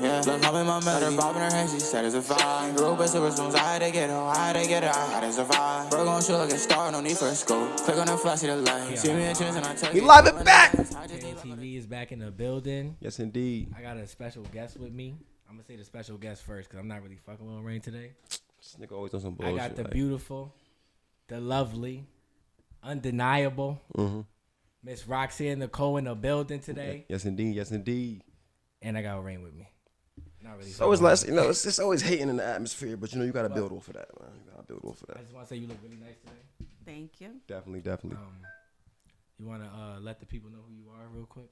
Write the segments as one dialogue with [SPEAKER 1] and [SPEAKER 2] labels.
[SPEAKER 1] yeah. Been loving my melody. Started bobbing her head, she said it's a vibe. Grew up with silver spoons, I had to get her, I had to get her, I had to survive. Broke on shoot like a star, no need for a scope. Click on the flashy the light. See me a chance and I take
[SPEAKER 2] We
[SPEAKER 1] it.
[SPEAKER 2] live and back.
[SPEAKER 3] TV is back in the building.
[SPEAKER 2] Yes, indeed.
[SPEAKER 3] I got a special guest with me. I'm gonna say the special guest first because I'm not really fucking with Rain today.
[SPEAKER 2] This nigga always on some
[SPEAKER 3] I
[SPEAKER 2] bullshit.
[SPEAKER 3] got the
[SPEAKER 2] like,
[SPEAKER 3] beautiful, the lovely, undeniable
[SPEAKER 2] Mm-hmm.
[SPEAKER 3] Miss Roxanne Nicole in the building today,
[SPEAKER 2] Yes, indeed. Yes, indeed.
[SPEAKER 3] and I got Rain with me. Not really.
[SPEAKER 2] It's always
[SPEAKER 3] fucking with
[SPEAKER 2] less, you know, it's, it's always hating in the atmosphere, but you know, you got to build off of that, man. You got to build off of
[SPEAKER 3] her. I
[SPEAKER 2] that.
[SPEAKER 3] just want to say you look really nice today.
[SPEAKER 4] Thank you.
[SPEAKER 2] Definitely, definitely.
[SPEAKER 3] Um, you want to uh, let the people know who you are real quick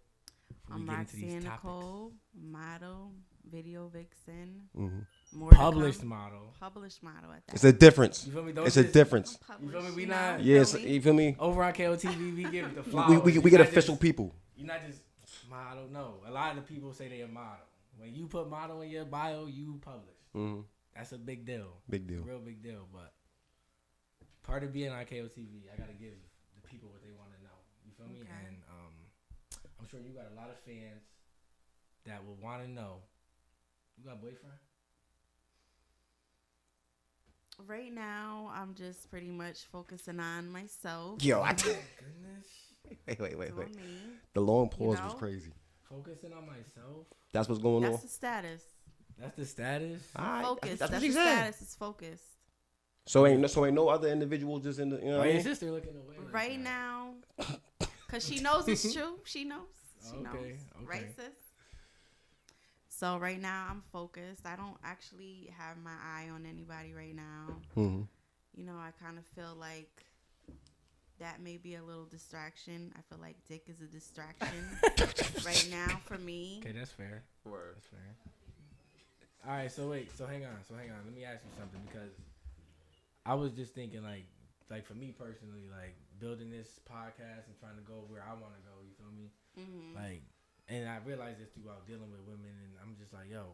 [SPEAKER 3] before
[SPEAKER 4] I'm
[SPEAKER 3] we get into
[SPEAKER 4] Roxanne
[SPEAKER 3] these topics.
[SPEAKER 4] Nicole, model, video vixen,
[SPEAKER 2] Mhm.
[SPEAKER 4] more to come.
[SPEAKER 3] Published model.
[SPEAKER 4] published model at that.
[SPEAKER 2] It's a difference.
[SPEAKER 3] You feel me? Don't
[SPEAKER 2] It's a
[SPEAKER 3] just-
[SPEAKER 2] difference.
[SPEAKER 4] Published,
[SPEAKER 3] You feel me? We
[SPEAKER 4] know,
[SPEAKER 3] not-
[SPEAKER 4] you
[SPEAKER 2] Yes,
[SPEAKER 4] feel me?
[SPEAKER 2] you feel me?
[SPEAKER 3] Over on KOTV, we give the flowers.
[SPEAKER 2] We, we, we
[SPEAKER 3] You
[SPEAKER 2] get
[SPEAKER 3] not
[SPEAKER 2] official
[SPEAKER 3] just-
[SPEAKER 2] people.
[SPEAKER 3] You're not just model. No, a lot of the people say they a model. When you put model in your bio, you publish.
[SPEAKER 2] Mm-hmm.
[SPEAKER 3] That's a big deal,
[SPEAKER 2] Big deal.
[SPEAKER 3] real big deal. But part of being on KOTV, I gotta give the people what they want to know. You feel me?
[SPEAKER 4] Okay.
[SPEAKER 3] And um, I'm sure you got a lot of fans that will want to know. You got a boyfriend?
[SPEAKER 4] Right now, I'm just pretty much focusing on myself.
[SPEAKER 2] Yo, I.
[SPEAKER 3] Goodness,
[SPEAKER 2] wait, wait, wait,
[SPEAKER 4] doing
[SPEAKER 2] wait.
[SPEAKER 4] me.
[SPEAKER 2] The long pause
[SPEAKER 4] know?
[SPEAKER 2] was crazy.
[SPEAKER 3] focusing on myself.
[SPEAKER 2] That's what's going
[SPEAKER 4] That's
[SPEAKER 2] on.
[SPEAKER 4] the status.
[SPEAKER 3] That's the status.
[SPEAKER 2] Alright,
[SPEAKER 4] Focus.
[SPEAKER 2] That's,
[SPEAKER 4] That's,
[SPEAKER 2] what
[SPEAKER 4] the
[SPEAKER 2] she said.
[SPEAKER 4] status. It's focused.
[SPEAKER 2] So ain't no- so ain't no other individual just in the you know what
[SPEAKER 3] Why
[SPEAKER 2] I
[SPEAKER 3] your
[SPEAKER 2] mean?
[SPEAKER 3] sister looking away? like
[SPEAKER 4] Right
[SPEAKER 3] that?
[SPEAKER 4] now, because she knows it's true. She knows. She knows.
[SPEAKER 3] Okay,
[SPEAKER 4] Right,
[SPEAKER 3] okay.
[SPEAKER 4] sis? So right now, I'm focused. I don't actually have my eye on anybody right now.
[SPEAKER 2] Mhm.
[SPEAKER 4] you know, I kind of feel like that may be a little distraction. I feel like dick is a distraction right now for me.
[SPEAKER 3] Okay, that's fair. That's fair. All right, so wait, so hang on, so hang on. Let me ask you something because I was just thinking, like, like for me personally, like building this podcast and trying to go where I want to go. You feel me?
[SPEAKER 4] hmm
[SPEAKER 3] Like, and I realized this throughout dealing with women, and I'm just like, yo,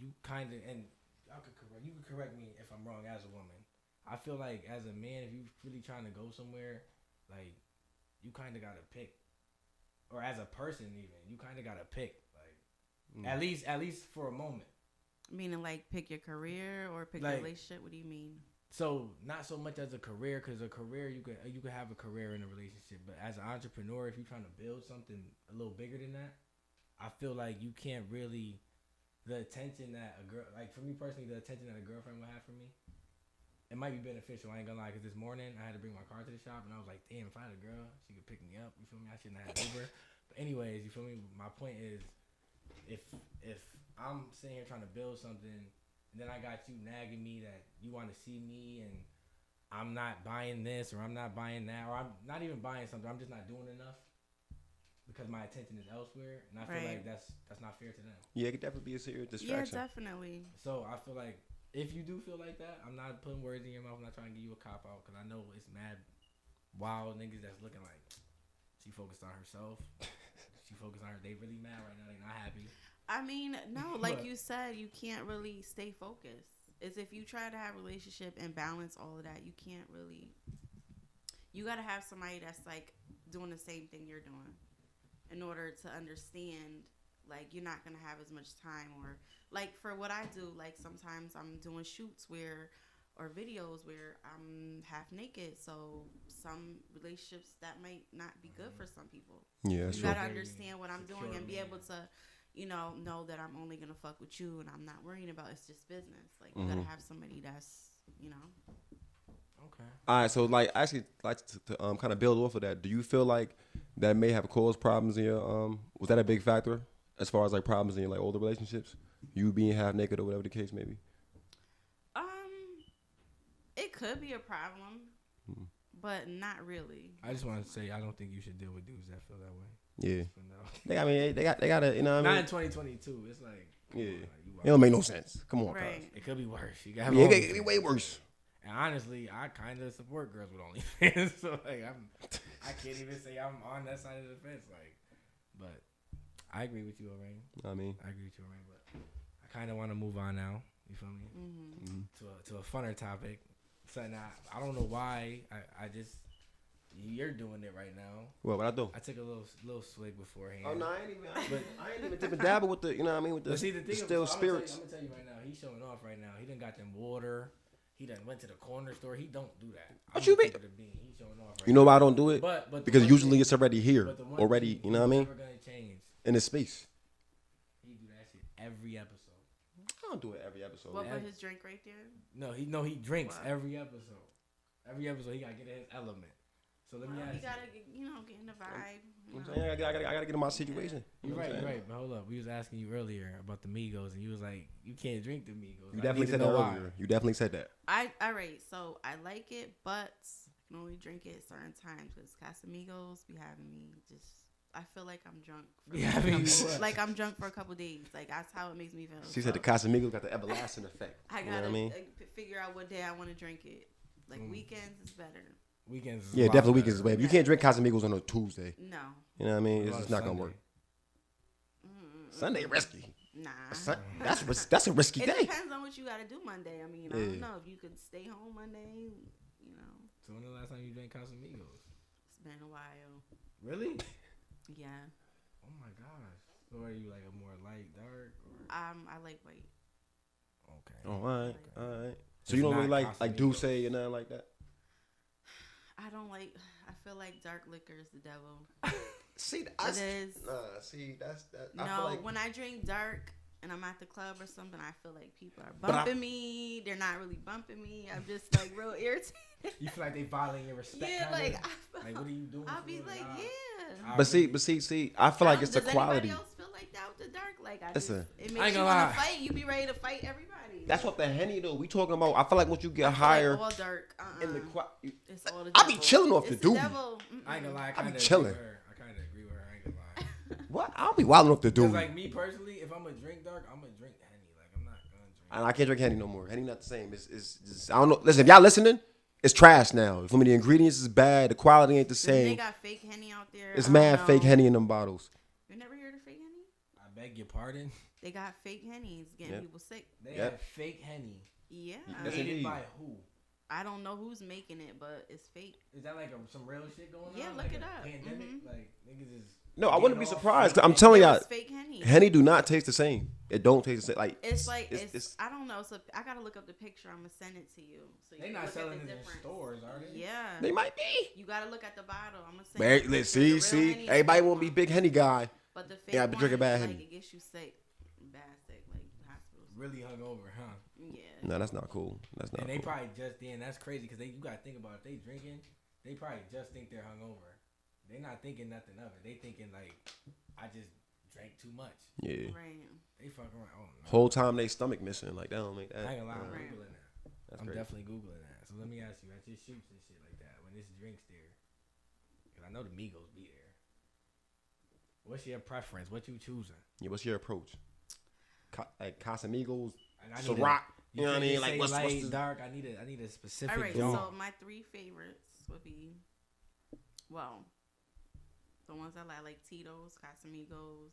[SPEAKER 3] you kind of and I could correct you could correct me if I'm wrong as a woman. I feel like as a man, if you really trying to go somewhere, like you kind of gotta pick, or as a person even, you kind of gotta pick. Like
[SPEAKER 2] Mm.
[SPEAKER 3] at least at least for a moment.
[SPEAKER 4] Meaning, like, pick your career or pick
[SPEAKER 3] Like-
[SPEAKER 4] your relationship. What do you mean?
[SPEAKER 3] So not so much as a career, because a career you could you could have a career in a relationship, but as an entrepreneur, if you're trying to build something a little bigger than that, I feel like you can't really the attention that a girl like for me personally, the attention that a girlfriend would have for me, it might be beneficial. I ain't gonna lie, because this morning I had to bring my car to the shop, and I was like, damn, if I had a girl, she could pick me up. You feel me? I shouldn't have Uber. But anyways, you feel me? My point is, if if I'm sitting here trying to build something, and then I got you nagging me that you want to see me, and I'm not buying this or I'm not buying that, or I'm not even buying something. I'm just not doing enough because my attention is elsewhere, and I feel
[SPEAKER 4] Right.
[SPEAKER 3] like that's that's not fair to them.
[SPEAKER 2] Yeah, it could definitely be a serious
[SPEAKER 4] Yeah,
[SPEAKER 2] distraction.
[SPEAKER 4] definitely.
[SPEAKER 3] So I feel like if you do feel like that, I'm not putting words in your mouth. I'm not trying to give you a cop out because I know it's mad wild niggas that's looking like she focused on herself. she focused on her. They really mad right now. They not happy.
[SPEAKER 4] I mean, no, like
[SPEAKER 3] What?
[SPEAKER 4] you said, you can't really stay focused. Is if you try to have a relationship and balance all of that, you can't really. You got to have somebody that's like doing the same thing you're doing, in order to understand. Like you're not gonna have as much time, or like for what I do, like sometimes I'm doing shoots where, or videos where I'm half naked. So some relationships that might not be good for some people
[SPEAKER 2] Yeah, that's
[SPEAKER 3] true.
[SPEAKER 2] true.
[SPEAKER 4] you gotta
[SPEAKER 3] Very
[SPEAKER 4] understand what I'm doing
[SPEAKER 3] secure
[SPEAKER 4] and be
[SPEAKER 3] man.
[SPEAKER 4] able to, you know, know that I'm only gonna fuck with you and I'm not worrying about it's just business. Like you
[SPEAKER 2] Mhm.
[SPEAKER 4] gotta have somebody that's, you know,
[SPEAKER 3] Okay.
[SPEAKER 2] All right, so like actually like to, to um kind of build off of that. Do you feel like that may have caused problems in your um was that a big factor as far as like problems in your like older relationships? You being half naked or whatever the case may be.
[SPEAKER 4] um, it could be a problem,
[SPEAKER 2] Mhm.
[SPEAKER 4] but not really.
[SPEAKER 3] I just want to say I don't think you should deal with dudes that feel that way.
[SPEAKER 2] Yeah.
[SPEAKER 3] For now.
[SPEAKER 2] They got I mean they got they got to you know what I
[SPEAKER 3] Not
[SPEAKER 2] mean?
[SPEAKER 3] in 2022. It's like come
[SPEAKER 2] Yeah.
[SPEAKER 3] on, like, you
[SPEAKER 2] It don't make no sense. Come on,
[SPEAKER 4] Right.
[SPEAKER 2] guys.
[SPEAKER 3] it could be worse. You got
[SPEAKER 2] Yeah, it could- it could be way worse.
[SPEAKER 3] And honestly, I kind of support girls with OnlyFans, so like I'm, I can't even say I'm on that side of the fence. Like, but I agree with you, Orain.
[SPEAKER 2] I mean,
[SPEAKER 3] I agree with you, Orain. But I kind of want to move on now. You feel me?
[SPEAKER 4] Mm-hmm.
[SPEAKER 3] To a, to a funner topic. Something I, I don't know why I, I just You're doing it right now.
[SPEAKER 2] Well, what I do?
[SPEAKER 3] I took a little little swig beforehand.
[SPEAKER 2] Oh no, I ain't even. I ain't,
[SPEAKER 3] But-
[SPEAKER 2] I ain't even dipping dabble with the. You know what I mean? With the,
[SPEAKER 3] But see, the
[SPEAKER 2] the
[SPEAKER 3] thing
[SPEAKER 2] still
[SPEAKER 3] is,
[SPEAKER 2] spirits.
[SPEAKER 3] I'm gonna, tell you, right now, he's showing off right now. He done got them water. He done went to the corner store. He don't do that.
[SPEAKER 2] What
[SPEAKER 3] I'm
[SPEAKER 2] you
[SPEAKER 3] gonna
[SPEAKER 2] mean?
[SPEAKER 3] keep it a bean. He showing off right
[SPEAKER 2] You know why I don't do
[SPEAKER 3] now.
[SPEAKER 2] it?
[SPEAKER 3] But, but the
[SPEAKER 2] because
[SPEAKER 3] one
[SPEAKER 2] usually
[SPEAKER 3] thing-
[SPEAKER 2] it's already here,
[SPEAKER 3] but the one
[SPEAKER 2] already.
[SPEAKER 3] thing
[SPEAKER 2] You know what I mean?
[SPEAKER 3] Never gonna change.
[SPEAKER 2] In the space.
[SPEAKER 3] He do that shit every episode.
[SPEAKER 2] I don't do it every episode.
[SPEAKER 4] What
[SPEAKER 3] man.
[SPEAKER 4] put his drink right there?
[SPEAKER 3] No, he no he drinks
[SPEAKER 4] Wow.
[SPEAKER 3] every episode. Every episode he gotta get in his element. So let me
[SPEAKER 4] Well,
[SPEAKER 3] ask
[SPEAKER 4] he
[SPEAKER 3] you.
[SPEAKER 4] gotta, get- you know, get in the vibe.
[SPEAKER 2] You know
[SPEAKER 4] you
[SPEAKER 2] what I'm
[SPEAKER 4] know.
[SPEAKER 2] saying? I gotta, I gotta, I gotta get in my situation.
[SPEAKER 3] You're
[SPEAKER 2] know what
[SPEAKER 3] right,
[SPEAKER 2] I'm
[SPEAKER 3] you're
[SPEAKER 2] saying?
[SPEAKER 3] right. But hold up, we was asking you earlier about the Migos, and you was like, "You can't drink the Migos."
[SPEAKER 2] You
[SPEAKER 3] I
[SPEAKER 2] definitely
[SPEAKER 3] need to
[SPEAKER 2] said that
[SPEAKER 3] know why.
[SPEAKER 2] earlier. You definitely said that.
[SPEAKER 4] I all right. So I like it, but I can only drink it certain times because Casamigos be having me just. I feel like I'm drunk. For
[SPEAKER 3] Yeah, I mean, what?
[SPEAKER 4] like I'm drunk for a couple days. Like that's how it makes me feel.
[SPEAKER 2] She said the
[SPEAKER 4] So,
[SPEAKER 2] Casamigos got the everlasting effect.
[SPEAKER 4] I
[SPEAKER 2] you know
[SPEAKER 4] gotta
[SPEAKER 2] what I mean?
[SPEAKER 4] like, f- figure out what day I want to drink it. Like
[SPEAKER 3] Mm.
[SPEAKER 4] weekends is better.
[SPEAKER 3] weekends. is a
[SPEAKER 2] Yeah,
[SPEAKER 3] lot
[SPEAKER 2] definitely
[SPEAKER 3] better.
[SPEAKER 2] weekends, babe. You can't drink Casamigos on a Tuesday.
[SPEAKER 4] No,
[SPEAKER 2] You know what I mean?
[SPEAKER 3] What
[SPEAKER 2] It's just
[SPEAKER 3] about
[SPEAKER 2] not gonna
[SPEAKER 3] Sunday?
[SPEAKER 2] work.
[SPEAKER 4] Mm-mm-mm.
[SPEAKER 2] Sunday risky.
[SPEAKER 4] nah.
[SPEAKER 2] Sun- that's ris- that's a risky
[SPEAKER 4] it
[SPEAKER 2] day.
[SPEAKER 4] depends on what you gotta do Monday. I mean, I
[SPEAKER 2] Yeah.
[SPEAKER 4] don't know if you could stay home Monday. You know,
[SPEAKER 3] So when the last time you drank Casamigos?
[SPEAKER 4] it's been a while.
[SPEAKER 3] Really?
[SPEAKER 4] Yeah,
[SPEAKER 3] Oh my gosh. So are you like a more light, dark? Or?
[SPEAKER 4] um, I like white.
[SPEAKER 3] Okay.
[SPEAKER 2] Oh, all right, all right. So
[SPEAKER 3] It's
[SPEAKER 2] you don't
[SPEAKER 3] not
[SPEAKER 2] really like like
[SPEAKER 3] Casamigos.
[SPEAKER 2] Duce and nothing like that.
[SPEAKER 4] I don't like. I feel like dark liquor is the devil.
[SPEAKER 2] See,
[SPEAKER 4] It is.
[SPEAKER 2] see, that's that.
[SPEAKER 4] no, when I drink dark and I'm at the club or something, I feel like people are
[SPEAKER 2] But I-
[SPEAKER 4] bumping me. They're not really bumping me. I'm just like real irritated.
[SPEAKER 3] You feel like they violating your respect?
[SPEAKER 4] yeah,
[SPEAKER 3] kinda?
[SPEAKER 4] like I
[SPEAKER 3] like what are you doing?
[SPEAKER 4] I'll
[SPEAKER 3] for
[SPEAKER 4] be
[SPEAKER 3] real?
[SPEAKER 4] like,
[SPEAKER 3] Nah.
[SPEAKER 4] yeah.
[SPEAKER 3] I
[SPEAKER 2] but see,
[SPEAKER 3] really-
[SPEAKER 2] but see, see, I feel like
[SPEAKER 4] Um,
[SPEAKER 2] it's the
[SPEAKER 4] does
[SPEAKER 2] quality.
[SPEAKER 4] Anybody else feel like that with the dark? Like I
[SPEAKER 2] Listen,
[SPEAKER 4] just, it
[SPEAKER 3] I ain't
[SPEAKER 4] makes you
[SPEAKER 3] gonna
[SPEAKER 4] want
[SPEAKER 3] lie.
[SPEAKER 4] to fight. You be ready to fight everybody.
[SPEAKER 2] That's what the henny though. We talking about. I feel like once you get
[SPEAKER 4] I feel like
[SPEAKER 2] higher
[SPEAKER 4] all dark. Uh-uh.
[SPEAKER 2] in the qua- you-
[SPEAKER 4] it's all the
[SPEAKER 2] I be
[SPEAKER 4] devil.
[SPEAKER 2] chilling off the
[SPEAKER 4] It's
[SPEAKER 2] doobie.
[SPEAKER 4] devil. Mm-mm.
[SPEAKER 3] I ain't gonna lie. I
[SPEAKER 2] I be
[SPEAKER 3] kinda
[SPEAKER 2] chilling.
[SPEAKER 3] Agree with her. I kind of agree with her. I ain't gonna lie.
[SPEAKER 2] what? I'll be wilding off the dude,
[SPEAKER 3] Because like me personally, if I'm gonna drink dark, I'm gonna drink henny. Like I'm not gonna drink.
[SPEAKER 2] and I can't drink henny no more. Henny not the same. It's, it's, it's I don't know. Listen, if y'all listening, it's trash now. Some of the ingredients is bad. The quality ain't the
[SPEAKER 4] They
[SPEAKER 2] same.
[SPEAKER 4] got fake henny out there.
[SPEAKER 2] It's
[SPEAKER 4] I don't
[SPEAKER 2] mad
[SPEAKER 4] know.
[SPEAKER 2] fake henny in them bottles.
[SPEAKER 4] You never heard of fake henny?
[SPEAKER 3] I beg your pardon.
[SPEAKER 4] They got fake hennies getting
[SPEAKER 2] Yep.
[SPEAKER 4] people sick.
[SPEAKER 3] They
[SPEAKER 2] Yep.
[SPEAKER 3] have fake henny.
[SPEAKER 4] Yeah.
[SPEAKER 2] Yes,
[SPEAKER 3] Made
[SPEAKER 2] indeed.
[SPEAKER 3] it by who?
[SPEAKER 4] I don't know who's making it, but it's fake.
[SPEAKER 3] Is that like a, some real shit going
[SPEAKER 4] Yeah,
[SPEAKER 3] on?
[SPEAKER 4] look
[SPEAKER 3] like
[SPEAKER 4] it
[SPEAKER 3] a
[SPEAKER 4] up.
[SPEAKER 3] Pandemic?
[SPEAKER 4] Mhm.
[SPEAKER 3] Like niggas is.
[SPEAKER 2] No, I wouldn't be
[SPEAKER 3] getting off
[SPEAKER 2] surprised.
[SPEAKER 3] fake
[SPEAKER 2] 'cause I'm
[SPEAKER 3] henny?
[SPEAKER 2] telling
[SPEAKER 4] It
[SPEAKER 2] y'all,
[SPEAKER 4] was fake henny.
[SPEAKER 2] henny do not taste the same. It don't taste the same. Like
[SPEAKER 4] It's like it's,
[SPEAKER 2] it's-
[SPEAKER 4] I don't know. So I gotta look up the picture. I'm gonna send it to you. So you
[SPEAKER 3] They
[SPEAKER 4] can
[SPEAKER 3] not
[SPEAKER 4] look at
[SPEAKER 3] selling
[SPEAKER 4] the
[SPEAKER 3] it in
[SPEAKER 4] difference.
[SPEAKER 3] stores, are they?
[SPEAKER 4] Yeah.
[SPEAKER 2] they might be.
[SPEAKER 4] you gotta look at the bottle. I'm gonna send.
[SPEAKER 2] But
[SPEAKER 4] you
[SPEAKER 2] hey,
[SPEAKER 4] the
[SPEAKER 2] let's
[SPEAKER 4] picture. The
[SPEAKER 2] see,
[SPEAKER 4] real
[SPEAKER 2] see,
[SPEAKER 4] henny is
[SPEAKER 2] everybody
[SPEAKER 4] fake
[SPEAKER 2] won't be
[SPEAKER 4] one.
[SPEAKER 2] big henny guy.
[SPEAKER 4] But the fake
[SPEAKER 2] Yeah, I be
[SPEAKER 4] one
[SPEAKER 2] drinking
[SPEAKER 4] is
[SPEAKER 2] bad
[SPEAKER 4] like
[SPEAKER 2] henny.
[SPEAKER 4] it gets you sick, bad sick, like hospitals.
[SPEAKER 3] Really hungover, huh?
[SPEAKER 4] Yeah.
[SPEAKER 2] No, that's not cool. That's not.
[SPEAKER 3] And they
[SPEAKER 2] cool.
[SPEAKER 3] probably just then. That's crazy because they you gotta think about it. They drinking. They probably just think they're hungover. They not thinking nothing of it. They thinking like, I just drank too much.
[SPEAKER 2] yeah.
[SPEAKER 4] Right.
[SPEAKER 3] They fucking around. Oh,
[SPEAKER 2] Whole time they stomach missing. Like that don't make
[SPEAKER 3] no.
[SPEAKER 2] that.
[SPEAKER 3] I ain't gonna lie. I'm
[SPEAKER 2] uh,
[SPEAKER 4] Right.
[SPEAKER 3] googling that.
[SPEAKER 2] that's
[SPEAKER 3] I'm
[SPEAKER 2] crazy.
[SPEAKER 3] definitely googling that. So let me ask you, at your shoots and shit like that, when this drinks there, 'cause I know the Migos be there. What's your preference? What you choosing?
[SPEAKER 2] Yeah, what's your approach? Ca- like Casamigos,
[SPEAKER 3] Like, I need a-
[SPEAKER 2] Ciroc. You,
[SPEAKER 3] you
[SPEAKER 2] know what I
[SPEAKER 3] can't
[SPEAKER 2] mean?
[SPEAKER 3] just
[SPEAKER 2] Like
[SPEAKER 3] say
[SPEAKER 2] what's,
[SPEAKER 3] light,
[SPEAKER 2] what's the,
[SPEAKER 3] dark? I need a I need a specific.
[SPEAKER 4] All right.
[SPEAKER 3] genre.
[SPEAKER 4] So my three favorites would be, well, the ones I like, like Tito's, Casamigos.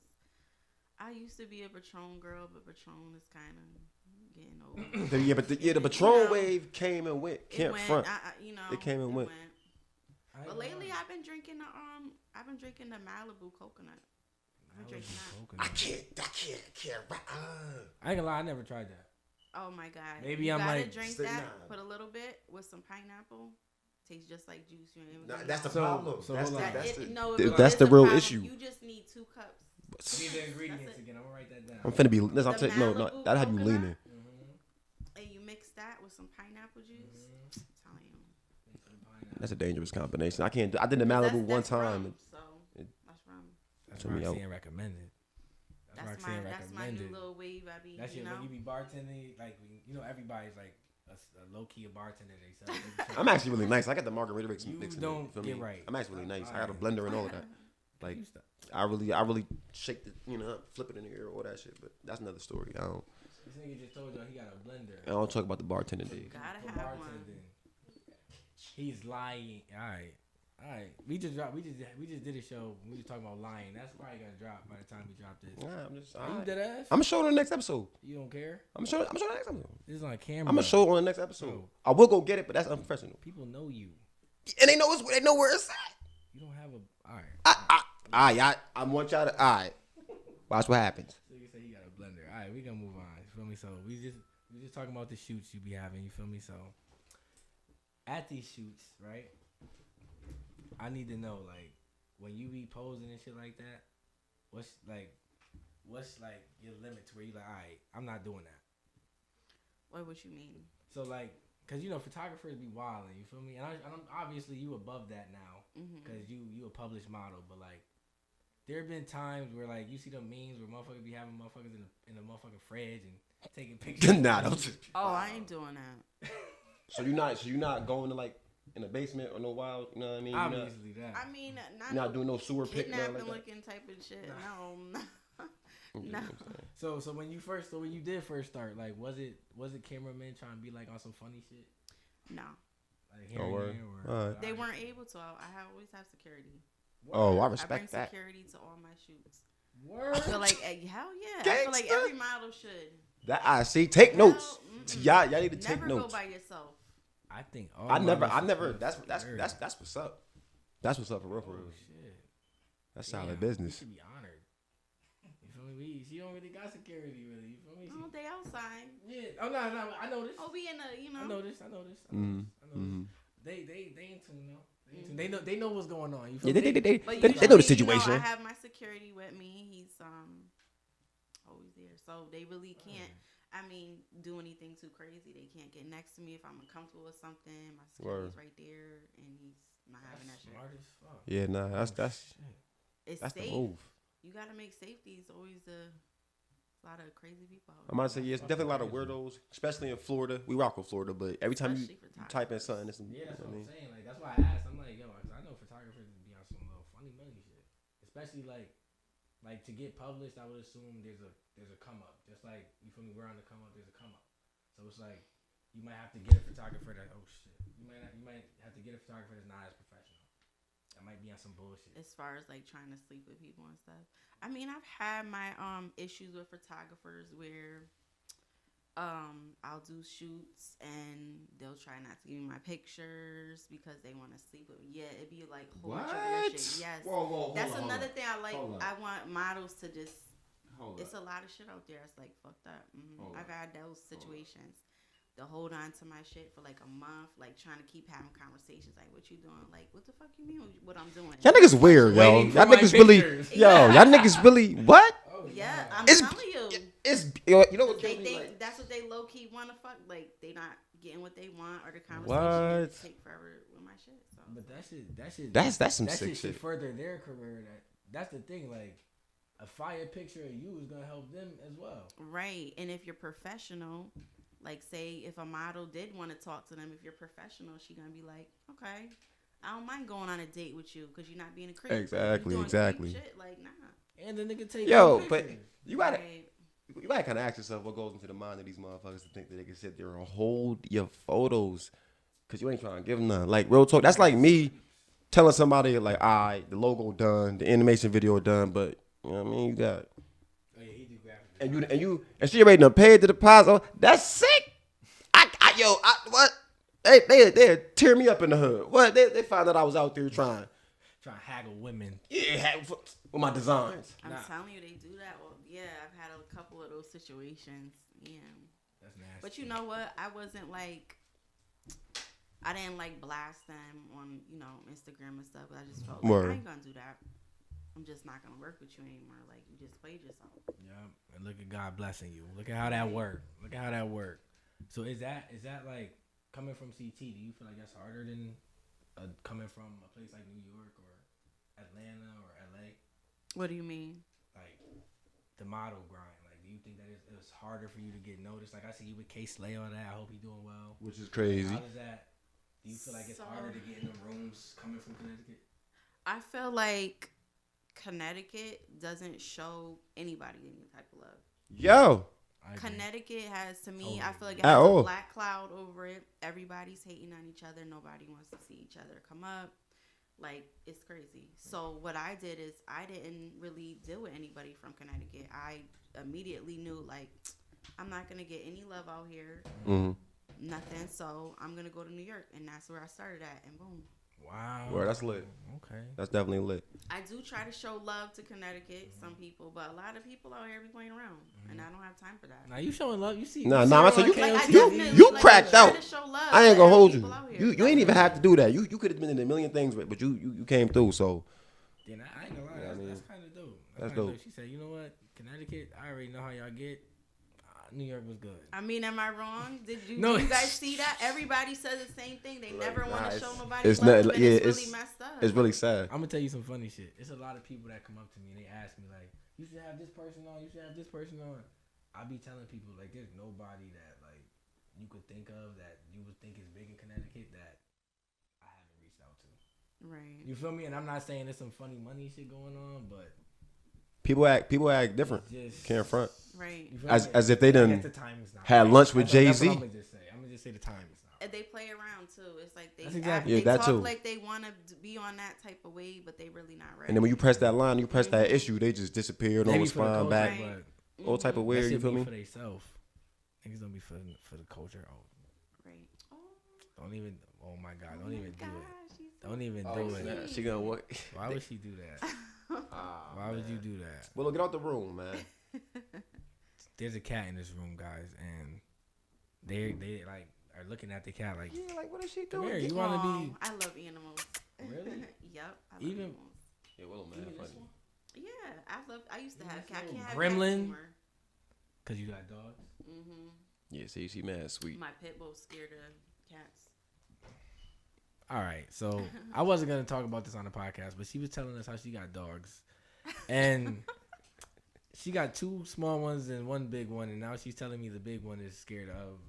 [SPEAKER 4] I used to be a Patron girl, but Patron is kind of getting old.
[SPEAKER 2] the- yeah, but the, yeah, the
[SPEAKER 4] You
[SPEAKER 2] Patron
[SPEAKER 4] know,
[SPEAKER 2] wave came and went.
[SPEAKER 4] It
[SPEAKER 2] Can't
[SPEAKER 4] went,
[SPEAKER 2] front.
[SPEAKER 4] I, I, you know,
[SPEAKER 2] It came and went.
[SPEAKER 3] I ain't
[SPEAKER 4] But
[SPEAKER 3] gonna
[SPEAKER 4] lately,
[SPEAKER 3] lie.
[SPEAKER 4] I've been drinking the um, I've been drinking the Malibu coconut.
[SPEAKER 3] I
[SPEAKER 4] I'm
[SPEAKER 3] was
[SPEAKER 4] drinking
[SPEAKER 3] just
[SPEAKER 4] that.
[SPEAKER 3] joking.
[SPEAKER 2] I can't. I can't. I can't. rock- Uh,
[SPEAKER 3] I ain't gonna lie. I never tried that.
[SPEAKER 4] Oh my god!
[SPEAKER 3] Maybe
[SPEAKER 4] you
[SPEAKER 3] I'm
[SPEAKER 4] gotta
[SPEAKER 3] like-
[SPEAKER 4] drink
[SPEAKER 2] Stay-
[SPEAKER 4] that.
[SPEAKER 2] nah.
[SPEAKER 4] Put a little bit with some pineapple. Tastes just like juice. You ain't even
[SPEAKER 2] nah,
[SPEAKER 4] gonna
[SPEAKER 2] that's the
[SPEAKER 4] know.
[SPEAKER 3] So-
[SPEAKER 2] problem.
[SPEAKER 3] so
[SPEAKER 2] that's,
[SPEAKER 3] hold
[SPEAKER 2] the,
[SPEAKER 3] on.
[SPEAKER 4] That-
[SPEAKER 2] that's
[SPEAKER 4] it-
[SPEAKER 2] the.
[SPEAKER 4] no,
[SPEAKER 2] th-
[SPEAKER 4] it's-
[SPEAKER 2] that's
[SPEAKER 4] it's
[SPEAKER 2] the
[SPEAKER 4] a
[SPEAKER 2] real
[SPEAKER 4] problem.
[SPEAKER 2] issue.
[SPEAKER 4] You just need two cups.
[SPEAKER 3] I need the ingredients
[SPEAKER 4] it.
[SPEAKER 3] again. I'm gonna write that down.
[SPEAKER 2] I'm finna be. Listen, I'm
[SPEAKER 4] The
[SPEAKER 2] taking no, no.
[SPEAKER 4] Malibu
[SPEAKER 2] That'll have you
[SPEAKER 4] coconut?
[SPEAKER 2] leaning.
[SPEAKER 3] hmm
[SPEAKER 4] and you mix that with some pineapple juice. I'm telling you.
[SPEAKER 2] That's a dangerous combination. I can't. do- I did the
[SPEAKER 4] That's-
[SPEAKER 2] Malibu one
[SPEAKER 4] that's
[SPEAKER 2] time.
[SPEAKER 4] rum, so
[SPEAKER 2] it-
[SPEAKER 4] that's rum.
[SPEAKER 3] That's
[SPEAKER 2] Turn me
[SPEAKER 3] Roxanne recommended.
[SPEAKER 4] That's, my that's my new little wave. I be
[SPEAKER 3] That
[SPEAKER 4] you
[SPEAKER 3] shit
[SPEAKER 4] know.
[SPEAKER 3] when you be bartending, like when- you know everybody's like a, low key a bartender. They sell.
[SPEAKER 2] I'm actually really nice. I got the margarita mix.
[SPEAKER 3] You
[SPEAKER 2] mix in
[SPEAKER 3] don't
[SPEAKER 2] it, feel
[SPEAKER 3] get
[SPEAKER 2] me?
[SPEAKER 3] right.
[SPEAKER 2] I'm actually really
[SPEAKER 3] I'm
[SPEAKER 2] nice. I got a blender and all of that. Like I really, I really shake the, you know, flip it in the air, all that shit. But that's another story. I don't,
[SPEAKER 3] This nigga just told y'all he got a blender.
[SPEAKER 2] I don't talk about the bartending days.
[SPEAKER 4] Gotta
[SPEAKER 3] for
[SPEAKER 4] have one.
[SPEAKER 3] bartending. He's lying. All right. All right, we just dropped. We just we just did a show. We was talking about lying. That's probably gonna drop by the time we drop this.
[SPEAKER 2] Nah, I'm just.
[SPEAKER 3] Are you dead ass?
[SPEAKER 2] I'm gonna show it on the next episode.
[SPEAKER 3] you don't care?
[SPEAKER 2] I'm gonna show. I'm gonna show it on the next episode.
[SPEAKER 3] This is on camera. Oh.
[SPEAKER 2] I'm gonna show it on the next episode.
[SPEAKER 3] Bro.
[SPEAKER 2] I will go get it, but that's unprofessional.
[SPEAKER 3] People know you.
[SPEAKER 2] and they know it's they know where it's at.
[SPEAKER 3] You don't have a all right.
[SPEAKER 2] I, I, I, I, I want y'all to. I watch what happens.
[SPEAKER 3] So you say you got a blender. All right, we gonna move on. You feel me? So we just we just talking about the shoots you be having. You feel me? So at these shoots, right? I need to know like when you be posing and shit like that. What's like, what's like your limit to where you like, all right, I'm not doing that.
[SPEAKER 4] What would you mean?
[SPEAKER 3] So like, cause you know photographers be wilding. You feel me? And I, and I'm obviously you above that now.
[SPEAKER 4] Mm-hmm.
[SPEAKER 3] because you you a published model, but like there have been times where like you see the memes where motherfuckers be having motherfuckers in the in the motherfucking fridge and taking pictures.
[SPEAKER 2] Nah, don't-
[SPEAKER 4] Oh, I ain't doing that.
[SPEAKER 2] So you not, so you not going to like in the basement or no wild. You know what I mean? You're not,
[SPEAKER 3] obviously that.
[SPEAKER 4] I mean, not,
[SPEAKER 2] you're not doing no sewer pick nothing
[SPEAKER 4] kidnapping
[SPEAKER 2] like that.
[SPEAKER 4] looking type of shit. No,
[SPEAKER 2] You know
[SPEAKER 4] no.
[SPEAKER 2] what I'm saying?
[SPEAKER 3] so so when you first so when you did first start, like was it was it cameramen trying to be like on some funny shit?
[SPEAKER 4] no.
[SPEAKER 3] Like
[SPEAKER 2] Don't
[SPEAKER 3] and
[SPEAKER 2] worry.
[SPEAKER 3] there,
[SPEAKER 2] All right.
[SPEAKER 4] They weren't able to. I I always have security.
[SPEAKER 2] Oh, I
[SPEAKER 4] I bring
[SPEAKER 2] respect that.
[SPEAKER 4] security to all my shoots.
[SPEAKER 3] Word.
[SPEAKER 4] I feel like eh, hell yeah. I feel like
[SPEAKER 2] Gangsta.
[SPEAKER 4] every model should.
[SPEAKER 2] That I see. Take notes.
[SPEAKER 4] Hell, mm-mm.
[SPEAKER 2] Y'all, y'all need to
[SPEAKER 4] Never
[SPEAKER 2] take
[SPEAKER 4] go
[SPEAKER 2] notes.
[SPEAKER 4] by yourself.
[SPEAKER 3] I think all
[SPEAKER 2] I never, I
[SPEAKER 3] models-
[SPEAKER 2] never. That's that's
[SPEAKER 3] Word.
[SPEAKER 2] that's that's what's up. That's what's up for real, for
[SPEAKER 3] oh,
[SPEAKER 2] real.
[SPEAKER 3] shit.
[SPEAKER 2] That's
[SPEAKER 3] Damn,
[SPEAKER 2] solid
[SPEAKER 3] You
[SPEAKER 2] business.
[SPEAKER 3] should be honored. You feel me? We, she don't really got security really. You feel me?
[SPEAKER 4] Oh, they outside.
[SPEAKER 3] yeah. Oh no, no, I know this.
[SPEAKER 4] Oh, we in the you
[SPEAKER 3] I
[SPEAKER 4] know.
[SPEAKER 3] know this. I know this. I know
[SPEAKER 2] Mm,
[SPEAKER 3] this. I know
[SPEAKER 2] mm-hmm.
[SPEAKER 3] this. They they they in tune though. They, in
[SPEAKER 4] Mm-hmm.
[SPEAKER 3] tune. they know they know what's going on. You feel
[SPEAKER 2] Yeah,
[SPEAKER 3] me?
[SPEAKER 2] they, they, they, they,
[SPEAKER 4] But
[SPEAKER 2] they,
[SPEAKER 4] usually,
[SPEAKER 2] know the
[SPEAKER 4] You know,
[SPEAKER 2] situation.
[SPEAKER 4] I have my security with me. He's um always there, so they really can't. I mean, do anything too crazy. They can't get next to me if I'm uncomfortable with something. My security's right there, and he's not having that
[SPEAKER 3] That's smart
[SPEAKER 4] shit.
[SPEAKER 3] as fuck.
[SPEAKER 2] Yeah, nah, that's that's
[SPEAKER 3] Shit.
[SPEAKER 4] It's
[SPEAKER 2] that's the
[SPEAKER 4] safe.
[SPEAKER 2] move.
[SPEAKER 4] You gotta make safety. It's always a lot of crazy people. out
[SPEAKER 2] I'm about to say yeah, it's
[SPEAKER 3] Fuck
[SPEAKER 2] definitely a lot of
[SPEAKER 3] crazy.
[SPEAKER 2] weirdos, especially in Florida. We rock with Florida, but every time you,
[SPEAKER 4] Especially
[SPEAKER 2] you type in something, it's
[SPEAKER 3] Yeah,
[SPEAKER 2] you
[SPEAKER 3] that's what
[SPEAKER 2] know what I
[SPEAKER 3] I'm
[SPEAKER 2] mean?
[SPEAKER 3] saying. Like that's why I asked. I'm like, yo, 'cause I know photographers be on some little funny money shit. Especially like, like to get published, I would assume there's a there's a come up. Just like you feel me, we're on the come up. There's a come up. So it's like you might have to get a photographer that oh shit. You might not, you might have to get a photographer that's not as professional. That might be on some bullshit.
[SPEAKER 4] as far as like trying to sleep with people and stuff. I mean, I've had my um issues with photographers where um I'll do shoots and they'll try not to give me my pictures because they want to sleep with me. Yeah, it'd be like hold your
[SPEAKER 2] What?
[SPEAKER 4] shit. Yes.
[SPEAKER 2] whoa,
[SPEAKER 4] That's another thing I like.
[SPEAKER 2] Hold on.
[SPEAKER 4] I want models to just.
[SPEAKER 2] Hold
[SPEAKER 4] It's a lot of shit out there. It's like fucked up. Mhm.
[SPEAKER 2] Hold
[SPEAKER 4] I've
[SPEAKER 2] up.
[SPEAKER 4] had those situations. To hold on to my shit for like a month, like trying to keep having conversations, like what you doing, like what the fuck you mean what I'm doing.
[SPEAKER 2] Y'all niggas weird, yo.
[SPEAKER 3] Waiting for
[SPEAKER 2] Y'all
[SPEAKER 3] my
[SPEAKER 2] niggas really,
[SPEAKER 3] pictures.
[SPEAKER 2] yo. Y'all niggas really what?
[SPEAKER 3] Oh
[SPEAKER 4] Yeah, I'm
[SPEAKER 2] It's-
[SPEAKER 4] telling you.
[SPEAKER 2] It's yo, you know what
[SPEAKER 4] they
[SPEAKER 2] kills me,
[SPEAKER 4] think
[SPEAKER 2] like-
[SPEAKER 4] that's what they low key want to fuck. Like they not getting what they want, or the conversation
[SPEAKER 2] What?
[SPEAKER 4] take forever with my shit. So
[SPEAKER 3] But that shit, that shit,
[SPEAKER 2] That's- that's some
[SPEAKER 3] that
[SPEAKER 2] sick
[SPEAKER 3] should
[SPEAKER 2] shit.
[SPEAKER 3] further their career. That that's the thing. Like a fire picture of you is gonna help them as well.
[SPEAKER 4] right, and if you're professional, like say if a model did want to talk to them, if you're professional, she gonna be like, okay, I don't mind going on a date with you because you're not being a creep. But if you
[SPEAKER 2] Exactly,
[SPEAKER 4] doing creep
[SPEAKER 2] exactly.
[SPEAKER 4] Shit, like nah.
[SPEAKER 3] And the nigga take
[SPEAKER 2] Yo,
[SPEAKER 3] good
[SPEAKER 2] but
[SPEAKER 3] pictures.
[SPEAKER 2] you gotta,
[SPEAKER 4] Right.
[SPEAKER 2] you gotta kind of ask yourself what goes into the mind of these motherfuckers to think that they can sit there and hold your photos because you ain't trying to give them none. Like real talk, that's like me telling somebody like, all right, the logo done, the animation video done, but you know what I mean, you got
[SPEAKER 3] oh, yeah, he do graphic.
[SPEAKER 2] and you and you and she already done paid the deposit. That's sick. I, I yo, I, what? They they they tear me up in the hood. What? They they find out I was out there trying.
[SPEAKER 3] Trying to haggle women.
[SPEAKER 2] Yeah, ha- f- with my designs.
[SPEAKER 4] I'm
[SPEAKER 3] Nah.
[SPEAKER 4] telling you, they do that. Well, yeah, I've had a couple of those situations. Yeah.
[SPEAKER 3] That's nasty.
[SPEAKER 4] But you know what? I wasn't like I didn't like blast them on, you know, Instagram and stuff. I just felt like
[SPEAKER 2] Word.
[SPEAKER 4] I ain't gonna do that. I'm just not gonna work with you anymore. Like you just played yourself.
[SPEAKER 3] Yeah, and look at God blessing you. Look at how that worked. Look at how that worked. So is that is that like coming from CT? Do you feel like that's harder than uh, coming from a place like New York or Atlanta or LA?
[SPEAKER 4] What do you mean?
[SPEAKER 3] like the model grind? Like, do you think that it's, it's harder for you to get noticed? Like, I see you with K Slay on that. I hope he's doing well.
[SPEAKER 2] Which is crazy.
[SPEAKER 3] How does that? Do you feel like it's
[SPEAKER 4] So-
[SPEAKER 3] harder to get in the rooms coming from Connecticut?
[SPEAKER 4] I feel like Connecticut doesn't show anybody any type of love.
[SPEAKER 2] Yo,
[SPEAKER 3] I
[SPEAKER 4] Connecticut has to me,
[SPEAKER 3] Totally
[SPEAKER 4] I feel like it
[SPEAKER 2] At
[SPEAKER 4] has
[SPEAKER 2] all.
[SPEAKER 4] a black cloud over it. Everybody's hating on each other. Nobody wants to see each other come up. Like it's crazy. So what I did is I didn't really deal with anybody from Connecticut. I immediately knew like I'm not gonna get any love out here,
[SPEAKER 2] Mhm.
[SPEAKER 4] nothing. So I'm gonna go to New York, and that's where I started at. And boom,
[SPEAKER 3] Wow.
[SPEAKER 2] Word, that's lit.
[SPEAKER 3] Okay.
[SPEAKER 2] That's definitely lit.
[SPEAKER 4] I do try to show love to Connecticut, some people, but a lot of people out here be playing around, and I don't have time for that.
[SPEAKER 3] Now you showing love. You see.
[SPEAKER 2] Nah,
[SPEAKER 3] see
[SPEAKER 2] nah,
[SPEAKER 3] her
[SPEAKER 2] I said
[SPEAKER 3] on
[SPEAKER 2] you-
[SPEAKER 4] Like, I
[SPEAKER 3] KOTV.
[SPEAKER 2] you-
[SPEAKER 4] definitely,
[SPEAKER 2] you
[SPEAKER 4] like,
[SPEAKER 2] cracked
[SPEAKER 4] try
[SPEAKER 2] out.
[SPEAKER 4] to show love
[SPEAKER 2] I ain't
[SPEAKER 4] to
[SPEAKER 2] gonna hold
[SPEAKER 4] people
[SPEAKER 2] you.
[SPEAKER 4] out here.
[SPEAKER 2] You you ain't even have to do that. You you could have been in a million things, but, but you, you you came through. So
[SPEAKER 3] Then I, I ain't gonna lie.
[SPEAKER 2] Yeah, I
[SPEAKER 3] that's
[SPEAKER 2] mean,
[SPEAKER 3] that's kind of dope.
[SPEAKER 2] that's
[SPEAKER 3] kinda
[SPEAKER 2] dope.
[SPEAKER 3] She said, you know what, Connecticut. I already know how y'all get. Ah, New York was good.
[SPEAKER 4] I mean, am I wrong? Did you,
[SPEAKER 3] No.
[SPEAKER 4] do you guys see that? Everybody says the same thing. They never
[SPEAKER 2] nah,
[SPEAKER 4] want to
[SPEAKER 2] it's-
[SPEAKER 4] show nobody
[SPEAKER 2] it's
[SPEAKER 4] love,
[SPEAKER 2] not-
[SPEAKER 4] but
[SPEAKER 2] yeah,
[SPEAKER 4] it's,
[SPEAKER 2] it's-
[SPEAKER 4] really messed up.
[SPEAKER 2] it's really sad.
[SPEAKER 3] I'm gonna tell you some funny shit. It's a lot of people that come up to me and they ask me like, "You should have this person on. You should have this person on." I be telling people like, "There's nobody that like you could think of that you would think is big in Connecticut that I haven't reached out to."
[SPEAKER 4] right.
[SPEAKER 3] You feel me? And I'm not saying there's some funny money shit going on, but
[SPEAKER 2] People act people act different.
[SPEAKER 3] Just
[SPEAKER 2] Can't front
[SPEAKER 4] Right.
[SPEAKER 3] You feel
[SPEAKER 2] as
[SPEAKER 3] me?
[SPEAKER 2] as if they
[SPEAKER 3] I guess the
[SPEAKER 2] didn't.
[SPEAKER 3] timing's not
[SPEAKER 2] had
[SPEAKER 3] right.
[SPEAKER 2] lunch with
[SPEAKER 3] That's- that's
[SPEAKER 2] Jay-Z.
[SPEAKER 3] what I'm gonna just say. I'm gonna just say the timing's not.
[SPEAKER 4] And they play around too. It's like they,
[SPEAKER 3] That's
[SPEAKER 4] act,
[SPEAKER 3] exactly-
[SPEAKER 2] Yeah,
[SPEAKER 4] they
[SPEAKER 2] that
[SPEAKER 4] talk
[SPEAKER 2] too.
[SPEAKER 4] like they want to be on that type of way, but they really not ready.
[SPEAKER 2] And then when you press that line, you press that issue, they just disappear, don't
[SPEAKER 3] They be for the
[SPEAKER 2] respond
[SPEAKER 3] culture,
[SPEAKER 2] back.
[SPEAKER 4] Right.
[SPEAKER 3] but
[SPEAKER 2] All type of
[SPEAKER 3] that
[SPEAKER 2] weird.
[SPEAKER 3] shit
[SPEAKER 2] You feel
[SPEAKER 3] be
[SPEAKER 2] me?
[SPEAKER 3] For themselves. Niggas don't be for for the culture. Oh,
[SPEAKER 4] right. Oh,
[SPEAKER 3] don't even. Oh my god,
[SPEAKER 4] my
[SPEAKER 3] don't even do
[SPEAKER 4] gosh,
[SPEAKER 3] it.
[SPEAKER 4] she's so
[SPEAKER 3] Don't even
[SPEAKER 4] Oh,
[SPEAKER 3] do
[SPEAKER 4] snap.
[SPEAKER 3] it.
[SPEAKER 4] She
[SPEAKER 2] gonna work.
[SPEAKER 3] Why would she do that?
[SPEAKER 4] Ah.
[SPEAKER 3] Why would you do that?
[SPEAKER 2] Well, get out the room, man.
[SPEAKER 3] e There's a cat in this room, guys, and they they like are looking at the cat like,
[SPEAKER 2] Yeah, like what is she
[SPEAKER 3] come here, you want to
[SPEAKER 4] Aw,
[SPEAKER 3] be?
[SPEAKER 4] Oh, I love animals.
[SPEAKER 3] Really?
[SPEAKER 4] yep. I love
[SPEAKER 3] Even-
[SPEAKER 4] animals.
[SPEAKER 2] Yeah, well, man, funny.
[SPEAKER 4] Yeah, I love. I used to
[SPEAKER 3] Even
[SPEAKER 4] have.
[SPEAKER 3] this
[SPEAKER 4] cat- I
[SPEAKER 3] little
[SPEAKER 4] can't have
[SPEAKER 3] gremlin?
[SPEAKER 4] Cats
[SPEAKER 3] Cause you got dogs.
[SPEAKER 4] anymore. hmm
[SPEAKER 2] Yeah, see, she mad sweet.
[SPEAKER 4] My pit bull's scared of cats.
[SPEAKER 3] All right, so I wasn't gonna talk about this on the podcast, but she was telling us how she got dogs, and she got two small ones and one big one, and now she's telling me the big one is scared of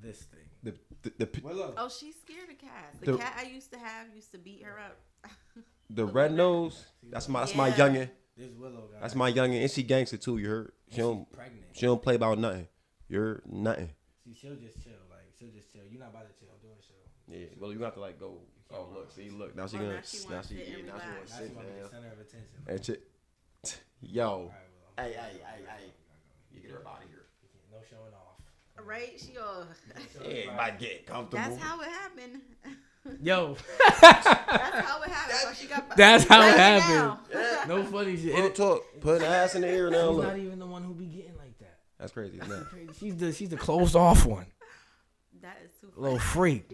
[SPEAKER 3] this thing.
[SPEAKER 2] The the, the, p-
[SPEAKER 4] Oh, she's scared of cats. The,
[SPEAKER 2] The-
[SPEAKER 4] cat I used to have used to beat her up.
[SPEAKER 2] the red nose. That's my that's my
[SPEAKER 4] Yeah.
[SPEAKER 2] youngin.
[SPEAKER 3] This Willow guy.
[SPEAKER 2] That's my youngin, and she gangster too. You heard? She
[SPEAKER 3] She's
[SPEAKER 2] don't
[SPEAKER 3] pregnant.
[SPEAKER 2] she don't play about nothing. You're nothing.
[SPEAKER 3] See, she'll just chill. Like she'll just chill. You're not about to chill. I'm doing a show.
[SPEAKER 2] Yeah, well, you have to like go. Oh look, see, look. Now she
[SPEAKER 4] Well,
[SPEAKER 2] gonna.
[SPEAKER 4] now she
[SPEAKER 2] Now
[SPEAKER 4] wants
[SPEAKER 2] she.
[SPEAKER 4] to
[SPEAKER 2] Yeah, now
[SPEAKER 4] relax.
[SPEAKER 2] she want to
[SPEAKER 3] Now she's
[SPEAKER 2] sit
[SPEAKER 3] gonna be the
[SPEAKER 2] down.
[SPEAKER 3] center of attention.
[SPEAKER 2] And shit. Yo.
[SPEAKER 3] All right, Willow.
[SPEAKER 2] Hey, hey, hey, hey. You get her out of here.
[SPEAKER 3] You can't- No showing off.
[SPEAKER 4] right? She all.
[SPEAKER 2] Yeah, everybody get comfortable.
[SPEAKER 4] That's how it happened.
[SPEAKER 3] Yo,
[SPEAKER 4] That's how it happened. So she got.
[SPEAKER 3] That's how it
[SPEAKER 4] Right
[SPEAKER 3] happened.
[SPEAKER 4] now.
[SPEAKER 3] no funny shit.
[SPEAKER 2] Real
[SPEAKER 3] And
[SPEAKER 2] talk. Put her ass in the air now.
[SPEAKER 3] She's not
[SPEAKER 2] Look.
[SPEAKER 3] even the one who be getting like that.
[SPEAKER 2] That's crazy. It's not.
[SPEAKER 3] Crazy. She's the she's the closed off one.
[SPEAKER 4] That is too.
[SPEAKER 3] A little freak.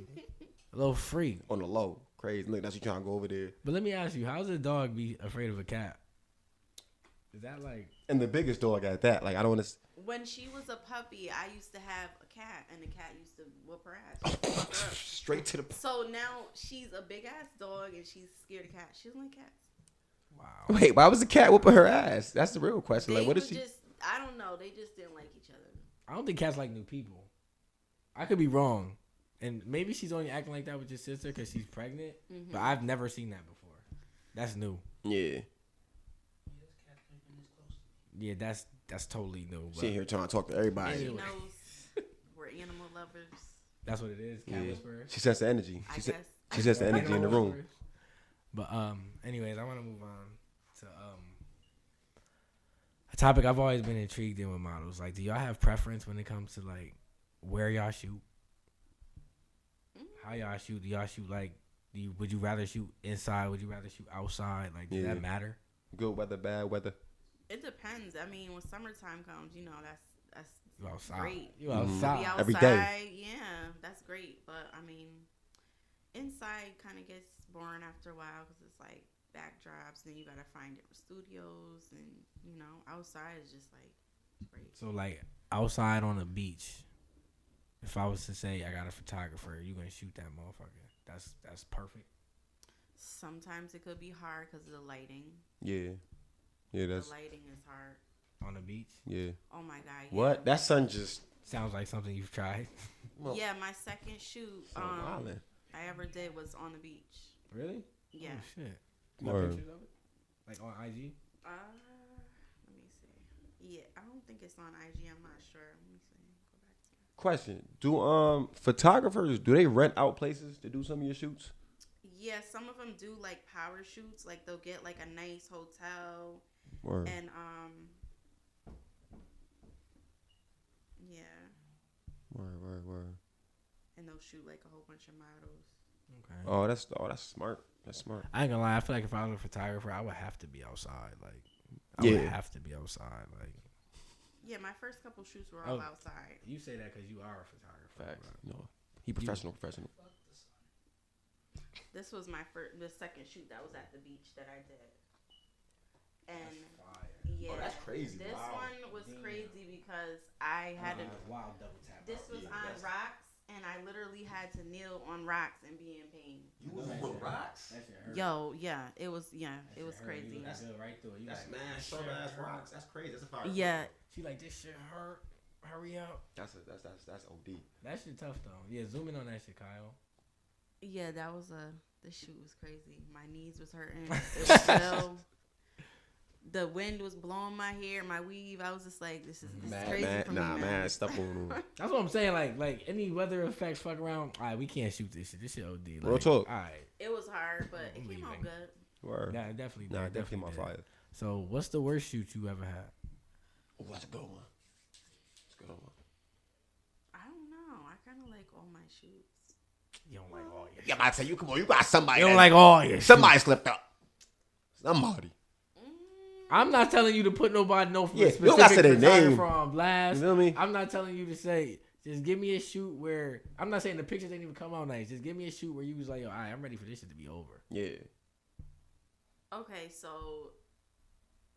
[SPEAKER 3] A little freak.
[SPEAKER 2] On the low. Crazy. Look, now she trying to go over there.
[SPEAKER 3] But let me ask you, how does a dog be afraid of a cat? Is that like
[SPEAKER 2] And the biggest dog at that. Like I don't want to.
[SPEAKER 4] When she was a puppy, I used to have a cat, and the cat used to whoop her ass. fuck her up.
[SPEAKER 2] Straight to the.
[SPEAKER 4] So now she's a big ass dog, and she's scared of cats. She doesn't like cats.
[SPEAKER 3] wow?
[SPEAKER 2] Wait, why was the cat whooping her ass? That's the real question.
[SPEAKER 4] They
[SPEAKER 2] Like, what is
[SPEAKER 4] were
[SPEAKER 2] she?
[SPEAKER 4] Just, I don't know. They just didn't like each other.
[SPEAKER 3] I don't think cats like new people. I could be wrong, and maybe she's only acting like that with your sister because she's pregnant. But I've never seen that before. That's new.
[SPEAKER 2] Yeah.
[SPEAKER 3] Yeah, that's that's totally new.
[SPEAKER 2] She
[SPEAKER 3] But
[SPEAKER 2] in here trying to talk to everybody.
[SPEAKER 4] She
[SPEAKER 3] Anyway.
[SPEAKER 4] knows we're animal lovers.
[SPEAKER 3] that's what it is. Cat
[SPEAKER 2] Yeah.
[SPEAKER 3] whisperer.
[SPEAKER 2] She sets the energy.
[SPEAKER 4] I
[SPEAKER 2] She,
[SPEAKER 4] guess.
[SPEAKER 2] se- she sets the energy in the room.
[SPEAKER 3] But um, anyways, I want to move on to um a topic I've always been intrigued in with models. Like, do y'all have preference when it comes to like where y'all shoot? How y'all shoot? Do y'all shoot like? Do you, would you rather shoot inside? Would you rather shoot outside? Like, does
[SPEAKER 2] Yeah.
[SPEAKER 3] that matter?
[SPEAKER 2] Good weather, bad weather.
[SPEAKER 4] It depends. I mean, when summertime comes, you know that's that's
[SPEAKER 3] You outside.
[SPEAKER 4] great.
[SPEAKER 3] You
[SPEAKER 2] Mhm.
[SPEAKER 3] outside.
[SPEAKER 4] Be outside,
[SPEAKER 2] Every day.
[SPEAKER 4] yeah, that's great. But I mean, inside kind of gets boring after a while because it's like backdrops, and you gotta find different studios, and you know, outside is just like great.
[SPEAKER 3] So like outside on a beach, if I was to say I got a photographer, you gonna shoot that motherfucker. That's that's perfect.
[SPEAKER 4] Sometimes it could be hard because of the lighting.
[SPEAKER 2] Yeah. Yeah, that's.
[SPEAKER 4] the lighting is hard.
[SPEAKER 3] On a beach.
[SPEAKER 2] Yeah.
[SPEAKER 4] Oh my god. Yeah.
[SPEAKER 2] What? That sun just.
[SPEAKER 3] Sounds like something you've tried.
[SPEAKER 2] Well,
[SPEAKER 4] yeah, my second shoot
[SPEAKER 2] so
[SPEAKER 4] um,
[SPEAKER 2] wildin'.
[SPEAKER 4] I ever did was on the beach.
[SPEAKER 3] Really?
[SPEAKER 4] Yeah.
[SPEAKER 3] Oh, shit.
[SPEAKER 2] You got Word. pictures
[SPEAKER 3] of it? Like on IG?
[SPEAKER 4] Uh, let me see. Yeah, I don't think it's on IG. I'm not sure. Let me see. Go back to
[SPEAKER 2] Question: Do um photographers do they rent out places to do some of your shoots?
[SPEAKER 4] Yeah, some of them do like power shoots. Like they'll get like a nice hotel
[SPEAKER 2] Or
[SPEAKER 4] and um. Yeah,
[SPEAKER 2] word, word, word.
[SPEAKER 4] and they'll shoot like a whole bunch of models.
[SPEAKER 3] Okay.
[SPEAKER 2] Oh, that's oh, that's smart. That's smart.
[SPEAKER 3] I ain't gonna lie. I feel like if I was a photographer, I would have to be outside. Like, I
[SPEAKER 2] Yeah.
[SPEAKER 3] would have to be outside. Like,
[SPEAKER 4] Yeah, my first couple shoots were all
[SPEAKER 3] Oh.
[SPEAKER 4] outside.
[SPEAKER 3] you say that because you are a photographer.
[SPEAKER 2] Facts. No, he professional, professional.
[SPEAKER 4] This was my first, the second shoot that was at the beach that I did. And yeah,
[SPEAKER 2] that's crazy.
[SPEAKER 4] This
[SPEAKER 3] Wow.
[SPEAKER 4] one was
[SPEAKER 3] Damn. Uh-huh.
[SPEAKER 4] crazy because I had a
[SPEAKER 3] wild double tap.
[SPEAKER 4] This was on rocks, and I literally had to kneel on rocks and be in pain.
[SPEAKER 5] You was on rocks.
[SPEAKER 4] Yo, yeah, it was yeah, it was
[SPEAKER 3] You
[SPEAKER 4] crazy.
[SPEAKER 3] was good right through it. You
[SPEAKER 5] That's
[SPEAKER 3] like,
[SPEAKER 5] man,
[SPEAKER 3] this
[SPEAKER 5] some
[SPEAKER 3] shit
[SPEAKER 5] ass
[SPEAKER 3] hurt.
[SPEAKER 5] rocks. That's crazy. That's a fire.
[SPEAKER 4] Yeah,
[SPEAKER 3] She like this shit hurt. Hurry up.
[SPEAKER 2] That's a, that's that's that's od.
[SPEAKER 3] That shit tough though. Yeah, zoom in on that shit, Kyle.
[SPEAKER 4] yeah, that was a the shoot was crazy. My knees was hurting. It was still, the wind was blowing my hair, my weave. I was just like, this is, this is crazy for me,
[SPEAKER 2] nah,
[SPEAKER 4] man.
[SPEAKER 2] man, stuff on him.
[SPEAKER 3] That's what I'm saying. Like, like any weather effects, fuck around. All right, we can't shoot this shit. This shit OD. Like,
[SPEAKER 2] Real talk.
[SPEAKER 3] All right,
[SPEAKER 4] It was hard, but it
[SPEAKER 3] I'm
[SPEAKER 4] came out
[SPEAKER 3] leaving.
[SPEAKER 4] good.
[SPEAKER 2] Word.
[SPEAKER 3] nah, it definitely.
[SPEAKER 2] Nah,
[SPEAKER 3] did,
[SPEAKER 2] definitely my
[SPEAKER 3] did.
[SPEAKER 2] fire.
[SPEAKER 3] So, what's the worst shoot you ever had?
[SPEAKER 5] Oh, that's a good one. That's a good one.
[SPEAKER 4] I don't know. I kind of like all my shoots.
[SPEAKER 3] You don't like all your.
[SPEAKER 5] Yeah, but I tell you, come on, you got somebody.
[SPEAKER 3] You don't
[SPEAKER 5] that-
[SPEAKER 3] like all your.
[SPEAKER 5] somebody slipped up. Somebody.
[SPEAKER 4] Mm,
[SPEAKER 3] I'm not telling you to put nobody no
[SPEAKER 2] Yeah,
[SPEAKER 3] yeah,
[SPEAKER 2] you don't gotta
[SPEAKER 3] specific
[SPEAKER 2] say their
[SPEAKER 3] photographer
[SPEAKER 2] name.
[SPEAKER 3] on blast.
[SPEAKER 2] You feel me?
[SPEAKER 3] I'm not telling you to say. Just give me a shoot where I'm not saying the pictures didn't even come out nice. Just give me a shoot where you was like, "Yo, all right, I'm ready for this shit to be over."
[SPEAKER 2] Yeah.
[SPEAKER 4] Okay, so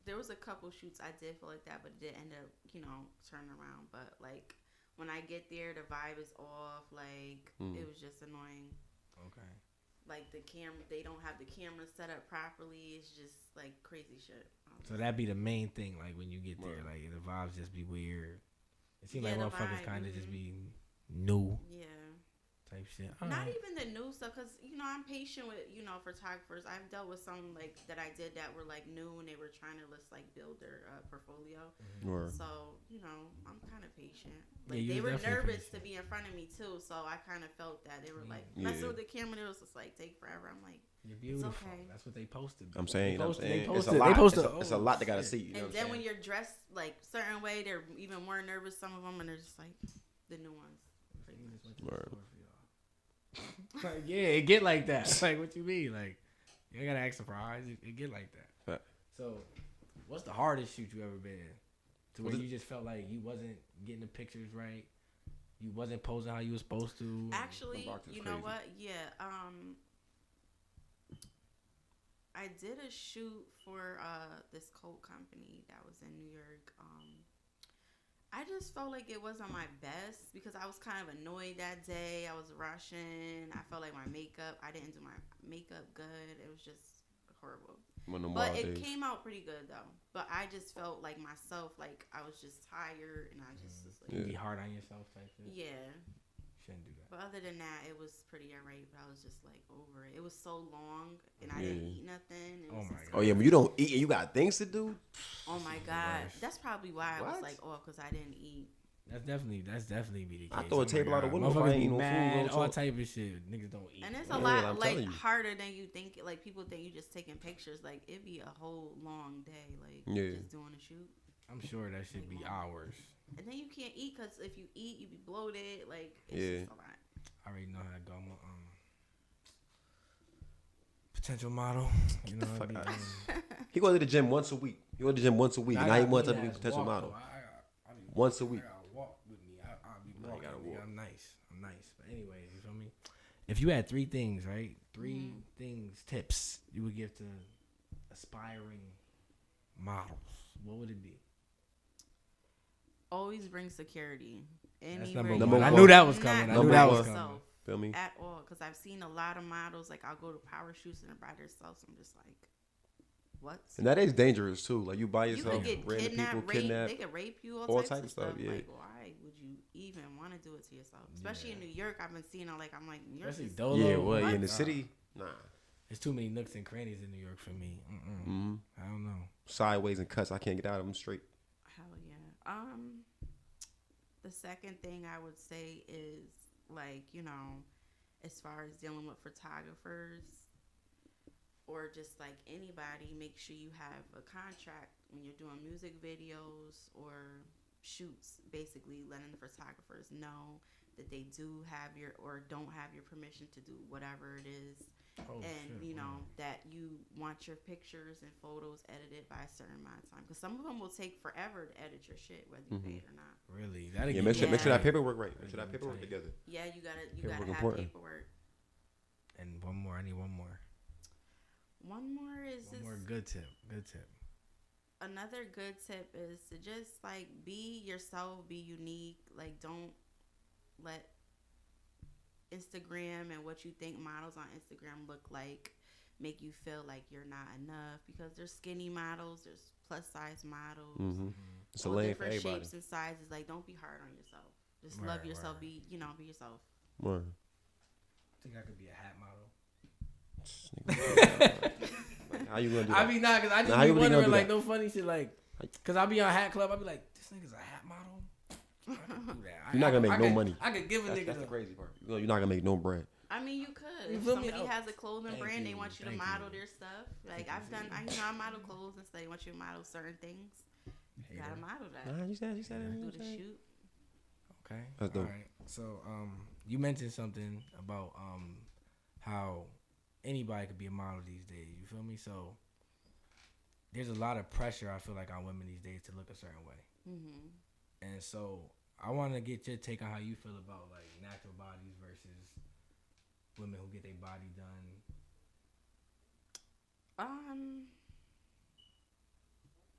[SPEAKER 4] there was a couple shoots I did feel like that, but it did end up, you know, turning around. But like when I get there, the vibe is off. Like
[SPEAKER 2] Mm.
[SPEAKER 4] it was just annoying.
[SPEAKER 3] Okay.
[SPEAKER 4] Like the camera, they don't have the camera set up properly. It's just like crazy shit. Um, I was
[SPEAKER 3] So
[SPEAKER 4] like,
[SPEAKER 3] that'd be the main thing. Like when you get there,
[SPEAKER 2] Right.
[SPEAKER 3] like the vibes just be weird. It seems
[SPEAKER 4] Yeah,
[SPEAKER 3] like
[SPEAKER 4] the
[SPEAKER 3] motherfuckers
[SPEAKER 4] vibe,
[SPEAKER 3] kind of just
[SPEAKER 4] mhm.
[SPEAKER 3] be new
[SPEAKER 4] yeah,
[SPEAKER 3] type shit. Uh-huh. All
[SPEAKER 4] not e-
[SPEAKER 3] right.
[SPEAKER 4] even the new stuff, cause you know I'm patient with you know photographers. I've dealt with some like that I did that were like new and they were trying to just like build their uh, portfolio.
[SPEAKER 2] Word.
[SPEAKER 4] So, you know, I'm kind of patient.
[SPEAKER 3] Yeah,
[SPEAKER 4] Like,
[SPEAKER 3] you
[SPEAKER 4] they
[SPEAKER 3] was
[SPEAKER 4] were
[SPEAKER 3] definitely
[SPEAKER 4] nervous to be in front of me, too. So I kind of felt that. They were like,
[SPEAKER 2] Yeah.
[SPEAKER 4] messing with the camera, it was just like, take forever. I'm like,
[SPEAKER 3] You're beautiful.
[SPEAKER 4] okay.
[SPEAKER 3] That's what they posted.
[SPEAKER 2] I'm saying, you know what I'm
[SPEAKER 3] They
[SPEAKER 2] saying, it's a
[SPEAKER 3] posted- they
[SPEAKER 2] lot.
[SPEAKER 3] posted-
[SPEAKER 2] it's, a, it's a lot they gotta
[SPEAKER 3] shit.
[SPEAKER 2] see. You know
[SPEAKER 4] and
[SPEAKER 2] what I'm
[SPEAKER 4] then
[SPEAKER 2] saying?
[SPEAKER 4] when you're dressed like certain way, they're even more nervous. Some of them, and they're just like, the new ones. pretty much.
[SPEAKER 2] Word.
[SPEAKER 3] like, yeah, it get like that. Like what you mean? Like you ain't gotta act surprised. It, it get like that.
[SPEAKER 2] Fact.
[SPEAKER 3] So, what's the hardest shoot you ever been in? To where
[SPEAKER 2] Was it-
[SPEAKER 3] you just felt like you wasn't getting the pictures right. You wasn't posing how you was supposed to.
[SPEAKER 4] Actually,
[SPEAKER 2] Hmm, box is
[SPEAKER 4] you know
[SPEAKER 2] crazy.
[SPEAKER 4] what? Yeah. Um, I did a shoot for uh, this coat company that was in New York. Um, I just felt like it wasn't my best because I was kind of annoyed that day. I was rushing. I felt like my makeup. I didn't do my makeup good. It was just horrible.
[SPEAKER 2] One of them
[SPEAKER 4] But
[SPEAKER 2] wild
[SPEAKER 4] it
[SPEAKER 2] days.
[SPEAKER 4] came out pretty good though. But I just felt like myself. Like I was just tired, and I just was
[SPEAKER 3] You be
[SPEAKER 4] like,
[SPEAKER 3] hard on yourself type shit.
[SPEAKER 4] yeah.
[SPEAKER 3] Shouldn't do that.
[SPEAKER 4] But other than that, it was pretty alright. But I was just like over it. It was so long, and I didn't
[SPEAKER 2] Yeah.
[SPEAKER 4] eat nothing. It
[SPEAKER 3] Oh
[SPEAKER 4] was
[SPEAKER 3] my
[SPEAKER 4] just-
[SPEAKER 2] Oh yeah, when you don't eat and you got things to do.
[SPEAKER 4] Oh my god!
[SPEAKER 3] worst.
[SPEAKER 4] That's probably why I
[SPEAKER 2] What?
[SPEAKER 4] was like, oh, because I didn't eat.
[SPEAKER 3] That's definitely that's definitely be the case.
[SPEAKER 2] I throw a
[SPEAKER 3] Oh my
[SPEAKER 2] table out the
[SPEAKER 3] God.
[SPEAKER 2] window if I
[SPEAKER 3] Motherfuckers
[SPEAKER 2] ain't
[SPEAKER 3] be
[SPEAKER 2] eat no food,
[SPEAKER 3] mad,
[SPEAKER 2] real
[SPEAKER 3] all
[SPEAKER 2] talk.
[SPEAKER 3] type of shit. Niggas don't eat.
[SPEAKER 4] And it's
[SPEAKER 2] Yeah,
[SPEAKER 4] a lot
[SPEAKER 2] I'm
[SPEAKER 4] like
[SPEAKER 2] telling you.
[SPEAKER 4] harder than you think. Like people think you just taking pictures. Like it'd be a whole long day. Like
[SPEAKER 2] Yeah.
[SPEAKER 4] just doing a shoot,
[SPEAKER 3] I'm sure that should be hours.
[SPEAKER 4] and then you can't eat because if you eat, you be bloated. Like it's
[SPEAKER 2] Yeah.
[SPEAKER 4] just a lot.
[SPEAKER 3] I already know how to go. I'm a, um, potential model. You know,
[SPEAKER 2] the
[SPEAKER 3] what I
[SPEAKER 2] fuck
[SPEAKER 3] mean?
[SPEAKER 2] outta He goes to the gym once a week. He go to the gym once a week, and I ain't want to be a potential model. Once a week.
[SPEAKER 3] I gotta walk with me. I, I'll be
[SPEAKER 2] Nah, you
[SPEAKER 3] walking.
[SPEAKER 2] gotta
[SPEAKER 3] nigga.
[SPEAKER 2] walk.
[SPEAKER 3] I'm nice. I'm nice. But anyways, you feel me? If you had three things, right? 3
[SPEAKER 4] Mm-hmm.
[SPEAKER 3] things, tips you would give to aspiring models, what would it be?
[SPEAKER 4] Always bring security. Anywhere
[SPEAKER 3] number
[SPEAKER 2] one.
[SPEAKER 4] you
[SPEAKER 2] Number
[SPEAKER 4] go.
[SPEAKER 2] I knew
[SPEAKER 3] that was
[SPEAKER 4] Not
[SPEAKER 3] coming. I
[SPEAKER 2] knew
[SPEAKER 4] by
[SPEAKER 2] that was
[SPEAKER 4] yourself
[SPEAKER 3] coming.
[SPEAKER 2] Feel me?
[SPEAKER 4] At all, because I've seen a lot of models. Like I'll go to power shoots and they're by themselves. I'm just like, what?
[SPEAKER 2] And that is dangerous too. Like you by
[SPEAKER 4] you could
[SPEAKER 2] yourself,
[SPEAKER 4] get
[SPEAKER 2] random people
[SPEAKER 4] kidnapped, raped.
[SPEAKER 2] kidnapped.
[SPEAKER 4] They could rape you, all,
[SPEAKER 2] all
[SPEAKER 4] types,
[SPEAKER 2] types
[SPEAKER 4] of
[SPEAKER 2] of
[SPEAKER 4] stuff.
[SPEAKER 2] stuff, yeah.
[SPEAKER 4] Like, why would you even want to do it to yourself? Especially in New York, I've been seeing. i like, I'm like, New York
[SPEAKER 3] Especially
[SPEAKER 4] is
[SPEAKER 3] Dolo.
[SPEAKER 2] Yeah, well,
[SPEAKER 3] my
[SPEAKER 2] in the
[SPEAKER 3] God.
[SPEAKER 2] city, nah.
[SPEAKER 3] There's too many nooks and crannies in New York for me. Mm-mm.
[SPEAKER 2] hmm
[SPEAKER 3] I don't know.
[SPEAKER 2] Sideways and cuts. I can't get out of them straight.
[SPEAKER 4] hell yeah. Um, the second thing I would say is like you know, as far as dealing with photographers or just like anybody, make sure you have a contract when you're doing music videos or shoots. Basically, letting the photographers know that they do have your or don't have your permission to do whatever it is
[SPEAKER 3] Oh,
[SPEAKER 4] and
[SPEAKER 3] shit,
[SPEAKER 4] you
[SPEAKER 3] wow.
[SPEAKER 4] know that you want your pictures and photos edited by a certain amount of time because some of them will take forever to edit your shit whether
[SPEAKER 3] Mm-hmm.
[SPEAKER 4] you pay it or not
[SPEAKER 3] Really? That'd
[SPEAKER 2] Yeah,
[SPEAKER 3] get
[SPEAKER 2] make sure make sure
[SPEAKER 4] Yeah.
[SPEAKER 2] that paperwork right. Make sure that
[SPEAKER 3] Yeah,
[SPEAKER 2] paperwork
[SPEAKER 3] tight.
[SPEAKER 2] together.
[SPEAKER 4] yeah you gotta you
[SPEAKER 2] Paperwork
[SPEAKER 4] gotta have
[SPEAKER 2] important.
[SPEAKER 4] paperwork
[SPEAKER 3] And one more. I need one more.
[SPEAKER 4] one more is
[SPEAKER 3] One
[SPEAKER 4] this
[SPEAKER 3] more good tip. Good tip.
[SPEAKER 4] another good tip is to just like be yourself, be unique. Like don't let Instagram and what you think models on Instagram look like make you feel like you're not enough because there's skinny models, there's plus size models,
[SPEAKER 2] Mm-hmm. It's a
[SPEAKER 4] all
[SPEAKER 2] lane for
[SPEAKER 4] different
[SPEAKER 2] everybody.
[SPEAKER 4] shapes and sizes. Like don't be hard on yourself. Just
[SPEAKER 3] Right,
[SPEAKER 4] love
[SPEAKER 3] right,
[SPEAKER 4] yourself.
[SPEAKER 3] right.
[SPEAKER 4] Be you know, be yourself.
[SPEAKER 2] Word.
[SPEAKER 3] Think I could be a hat model?
[SPEAKER 2] Like, How you gonna do that?
[SPEAKER 3] I be not, cause I just
[SPEAKER 2] Nah, how
[SPEAKER 3] be
[SPEAKER 2] you really gonna
[SPEAKER 3] wondering,
[SPEAKER 2] do
[SPEAKER 3] like,
[SPEAKER 2] that?
[SPEAKER 3] no funny shit, like, cause I be on Hat Club, I be like, this nigga's a hat model. I could do that. I-
[SPEAKER 2] You're not gonna
[SPEAKER 3] I-
[SPEAKER 2] make
[SPEAKER 3] I
[SPEAKER 2] no
[SPEAKER 3] could-
[SPEAKER 2] money.
[SPEAKER 3] I could give a
[SPEAKER 2] that's,
[SPEAKER 3] nigga
[SPEAKER 2] that's
[SPEAKER 3] the
[SPEAKER 2] the crazy part. You know, you're not gonna make no bread.
[SPEAKER 4] I mean, you could.
[SPEAKER 3] You
[SPEAKER 4] if
[SPEAKER 3] feel me?
[SPEAKER 4] somebody
[SPEAKER 3] Oh,
[SPEAKER 4] has a clothing
[SPEAKER 3] thank
[SPEAKER 4] brand, they
[SPEAKER 3] you,
[SPEAKER 4] want you to
[SPEAKER 3] thank
[SPEAKER 4] model
[SPEAKER 3] you.
[SPEAKER 4] their stuff. Like I've done, I you know, I model clothes and stuff. They want you to model certain things. You gotta model that.
[SPEAKER 2] you said you said
[SPEAKER 4] Do the shoot.
[SPEAKER 3] Okay.
[SPEAKER 2] That's dope.
[SPEAKER 3] All right. So, um, you mentioned something about um how anybody could be a model these days. You feel me? So there's a lot of pressure I feel like on women these days to look a certain way.
[SPEAKER 4] hmm
[SPEAKER 3] And so I want to get your take on how you feel about like natural bodies versus women who get their body done.
[SPEAKER 4] Um,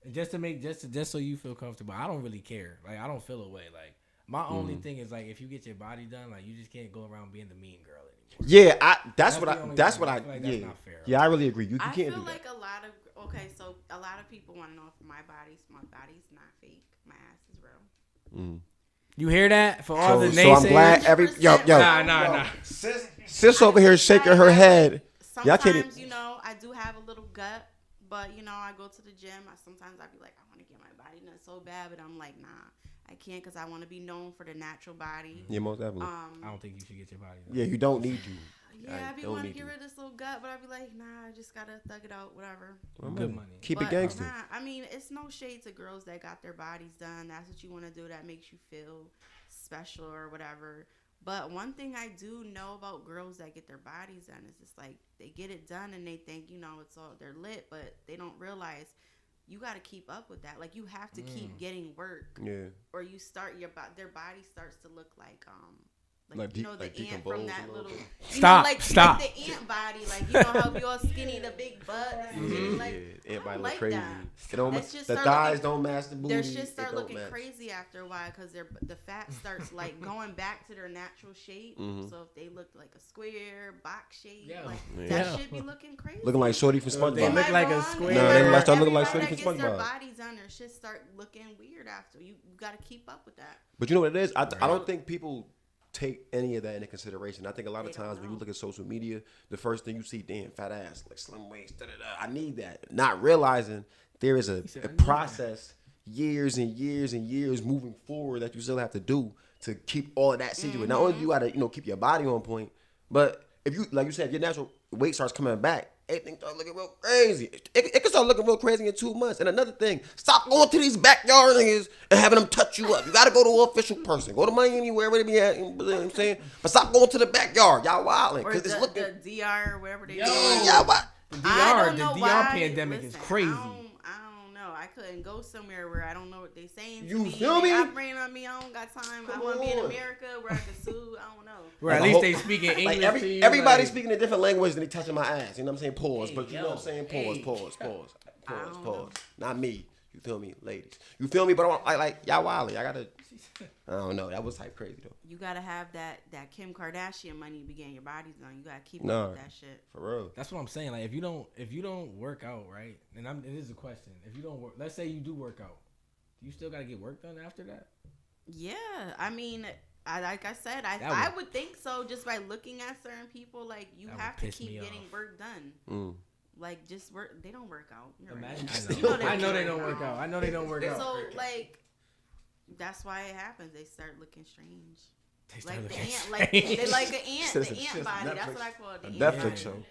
[SPEAKER 3] And just to make just to, just so you feel comfortable. I don't really care. Like I don't feel away. Like my only thing is like if you get your body done, like you just can't go around being the mean girl anymore.
[SPEAKER 2] Yeah, I.
[SPEAKER 3] That's
[SPEAKER 2] That's, what
[SPEAKER 3] the
[SPEAKER 2] I.
[SPEAKER 3] only
[SPEAKER 2] That's
[SPEAKER 3] thing.
[SPEAKER 2] what
[SPEAKER 3] I
[SPEAKER 2] I.
[SPEAKER 3] feel like
[SPEAKER 2] yeah.
[SPEAKER 3] that's not fair.
[SPEAKER 2] Yeah, I really agree. You, you
[SPEAKER 4] I
[SPEAKER 2] can't
[SPEAKER 4] feel
[SPEAKER 2] do
[SPEAKER 4] like uh, a lot of okay. So a lot of people want to know if my body's my body's not fake. My ass is real.
[SPEAKER 2] that. Mm.
[SPEAKER 3] You hear that? For all
[SPEAKER 2] So,
[SPEAKER 3] the
[SPEAKER 2] so I'm
[SPEAKER 3] naysayers?
[SPEAKER 2] glad every yo yo.
[SPEAKER 3] Nah, nah, nah.
[SPEAKER 5] Sis,
[SPEAKER 2] Sis over here shaking her head. Y'all
[SPEAKER 4] Sometimes
[SPEAKER 2] can't e-
[SPEAKER 4] you know I do have a little gut, but you know I go to the gym. I sometimes I be like I want to get my body done so bad, but I'm like nah, I can't because I want to be known for the natural body.
[SPEAKER 2] Yeah, most definitely.
[SPEAKER 4] Um,
[SPEAKER 3] I don't think you should get your body done.
[SPEAKER 2] Yeah, you don't need you.
[SPEAKER 4] Yeah,
[SPEAKER 2] I
[SPEAKER 4] I be
[SPEAKER 2] don't
[SPEAKER 4] wanting
[SPEAKER 2] need
[SPEAKER 4] to get
[SPEAKER 2] to.
[SPEAKER 4] rid of this little gut, but I'd be like, nah, I just gotta thug it out, whatever.
[SPEAKER 3] Good money.
[SPEAKER 2] Keep
[SPEAKER 4] but
[SPEAKER 2] it gangster.
[SPEAKER 4] Nah, I mean, it's no shade to girls that got their bodies done. That's what you want to do. That makes you feel special or whatever. But one thing I do know about girls that get their bodies done is it's like they get it done and they think you know it's all they're lit, but they don't realize you got to keep up with that. Like you have to
[SPEAKER 2] Mm.
[SPEAKER 4] keep getting work,
[SPEAKER 2] Yeah.
[SPEAKER 4] or you start your bo- their body starts to look like um. Like,
[SPEAKER 2] Like
[SPEAKER 4] you
[SPEAKER 2] de-
[SPEAKER 4] know the
[SPEAKER 2] like
[SPEAKER 4] ant
[SPEAKER 2] decomposed
[SPEAKER 4] from
[SPEAKER 2] a
[SPEAKER 4] that
[SPEAKER 2] little
[SPEAKER 4] little
[SPEAKER 2] bit.
[SPEAKER 4] you
[SPEAKER 3] Stop,
[SPEAKER 4] know, like,
[SPEAKER 3] stop.
[SPEAKER 4] like the ant body like you know how you're all skinny the big butt and shit,
[SPEAKER 2] Mm-hmm.
[SPEAKER 4] like
[SPEAKER 2] yeah, everybody
[SPEAKER 4] I
[SPEAKER 2] look
[SPEAKER 4] like
[SPEAKER 2] crazy.
[SPEAKER 4] that.
[SPEAKER 2] It don't,
[SPEAKER 4] Let's just
[SPEAKER 2] the
[SPEAKER 4] start
[SPEAKER 2] thighs
[SPEAKER 4] looking-
[SPEAKER 2] don't match the booty.
[SPEAKER 4] their shit
[SPEAKER 2] It
[SPEAKER 4] start
[SPEAKER 2] don't
[SPEAKER 4] looking
[SPEAKER 2] match.
[SPEAKER 4] crazy after a while because their the fat starts like going back to their natural shape.
[SPEAKER 2] Mm-hmm.
[SPEAKER 4] So if they looked like a square box shape,
[SPEAKER 3] Yeah.
[SPEAKER 4] like that
[SPEAKER 3] Yeah.
[SPEAKER 4] should be looking crazy.
[SPEAKER 2] Looking like Shorty from
[SPEAKER 3] So they
[SPEAKER 2] SpongeBob.
[SPEAKER 4] Am
[SPEAKER 3] look
[SPEAKER 4] I
[SPEAKER 3] like a
[SPEAKER 4] wrong?
[SPEAKER 3] square.
[SPEAKER 2] Nah, they
[SPEAKER 4] Everybody-
[SPEAKER 2] must start looking like
[SPEAKER 4] everybody
[SPEAKER 2] Shorty
[SPEAKER 4] that
[SPEAKER 2] from
[SPEAKER 4] gets their
[SPEAKER 2] SpongeBob.
[SPEAKER 4] bodies on their shit start looking weird after. You, you got to keep up with that.
[SPEAKER 2] But you know what it is? I, I don't think people take any of that into consideration. I think a lot of
[SPEAKER 4] They don't
[SPEAKER 2] times when you
[SPEAKER 4] know.
[SPEAKER 2] look at social media, the first thing you see, damn, fat ass, like slim waist, da da da. I need that. Not realizing there is a,
[SPEAKER 3] said,
[SPEAKER 2] a
[SPEAKER 3] "I need that."
[SPEAKER 2] process, years and years and years moving forward that you still have to do to keep all of that
[SPEAKER 3] Mm-hmm.
[SPEAKER 2] situated. Not only do you gotta, you know, keep your body on point, but if you, like you said, if your natural weight starts coming back, everything starts looking real crazy. It, it, it can start looking real crazy in two months. And another thing, stop going to these backyard niggas and having them touch you up. You gotta go to an official person. Go to Miami, wherever they be at. You know what I'm saying? But stop going to the backyard. Y'all wilding.
[SPEAKER 4] Or
[SPEAKER 2] Cause
[SPEAKER 4] the,
[SPEAKER 2] it's looking.
[SPEAKER 4] the DR or whatever they
[SPEAKER 3] Yo.
[SPEAKER 4] doing.
[SPEAKER 2] y'all wild.
[SPEAKER 3] The
[SPEAKER 4] I
[SPEAKER 3] DR,
[SPEAKER 4] don't
[SPEAKER 3] the
[SPEAKER 4] know
[SPEAKER 3] DR
[SPEAKER 4] why.
[SPEAKER 3] pandemic
[SPEAKER 4] Listen,
[SPEAKER 3] is crazy.
[SPEAKER 4] I don't, I don't know. I couldn't go somewhere where I don't know what they saying.
[SPEAKER 2] You
[SPEAKER 4] to me.
[SPEAKER 2] feel me?
[SPEAKER 4] They Operating on me. I don't got time. I
[SPEAKER 2] Come
[SPEAKER 4] want to be in
[SPEAKER 2] on.
[SPEAKER 4] America where I can sue. I don't know.
[SPEAKER 3] Where at
[SPEAKER 2] Like,
[SPEAKER 3] least
[SPEAKER 2] the
[SPEAKER 3] they
[SPEAKER 2] whole-
[SPEAKER 3] speak in English.
[SPEAKER 2] Like
[SPEAKER 3] to
[SPEAKER 2] every
[SPEAKER 3] you,
[SPEAKER 2] everybody
[SPEAKER 3] like,
[SPEAKER 2] speaking a different language and they touching my ass. You know what I'm saying? Pause,
[SPEAKER 3] Hey,
[SPEAKER 2] but you know what I'm
[SPEAKER 3] yo,
[SPEAKER 2] saying? Pause,
[SPEAKER 3] hey.
[SPEAKER 2] pause, pause,
[SPEAKER 4] I
[SPEAKER 2] pause, pause.
[SPEAKER 4] don't know.
[SPEAKER 2] Not me. You feel me, ladies? You feel me? But I'm like, like y'all wilding. I gotta. I don't know. That was type crazy though.
[SPEAKER 4] You gotta have that that Kim Kardashian money to be getting your bodies done. You gotta keep
[SPEAKER 2] Nah.
[SPEAKER 4] up with that shit.
[SPEAKER 2] For real.
[SPEAKER 3] That's what I'm saying. Like if you don't if you don't work out right, and I'm it is a question. If you don't work, let's say you do work out, do you still got to get work done after that?
[SPEAKER 4] Yeah, I mean, I like I said, I
[SPEAKER 3] That
[SPEAKER 4] I
[SPEAKER 3] would-
[SPEAKER 4] would think so just by looking at certain people. Like you
[SPEAKER 3] That would
[SPEAKER 4] have to
[SPEAKER 3] piss
[SPEAKER 4] keep
[SPEAKER 3] me
[SPEAKER 4] getting
[SPEAKER 3] off.
[SPEAKER 4] work done.
[SPEAKER 2] Mm.
[SPEAKER 4] Like just work. They don't work out. You're right.
[SPEAKER 3] Imagine.
[SPEAKER 2] You
[SPEAKER 3] I
[SPEAKER 2] know
[SPEAKER 3] know,
[SPEAKER 2] they
[SPEAKER 3] I know they
[SPEAKER 4] don't
[SPEAKER 3] don't work
[SPEAKER 4] work
[SPEAKER 3] out. I know they don't work out.
[SPEAKER 4] So like, that's why it happens. They start looking strange.
[SPEAKER 3] They start
[SPEAKER 4] Like the
[SPEAKER 3] looking
[SPEAKER 4] ant, like they
[SPEAKER 3] strange.
[SPEAKER 4] like an ant, the
[SPEAKER 2] Says it's
[SPEAKER 4] ant
[SPEAKER 2] just
[SPEAKER 4] body.
[SPEAKER 2] Netflix.
[SPEAKER 4] That's what I call it.
[SPEAKER 2] A
[SPEAKER 4] The ant
[SPEAKER 2] Netflix
[SPEAKER 4] body.
[SPEAKER 2] show.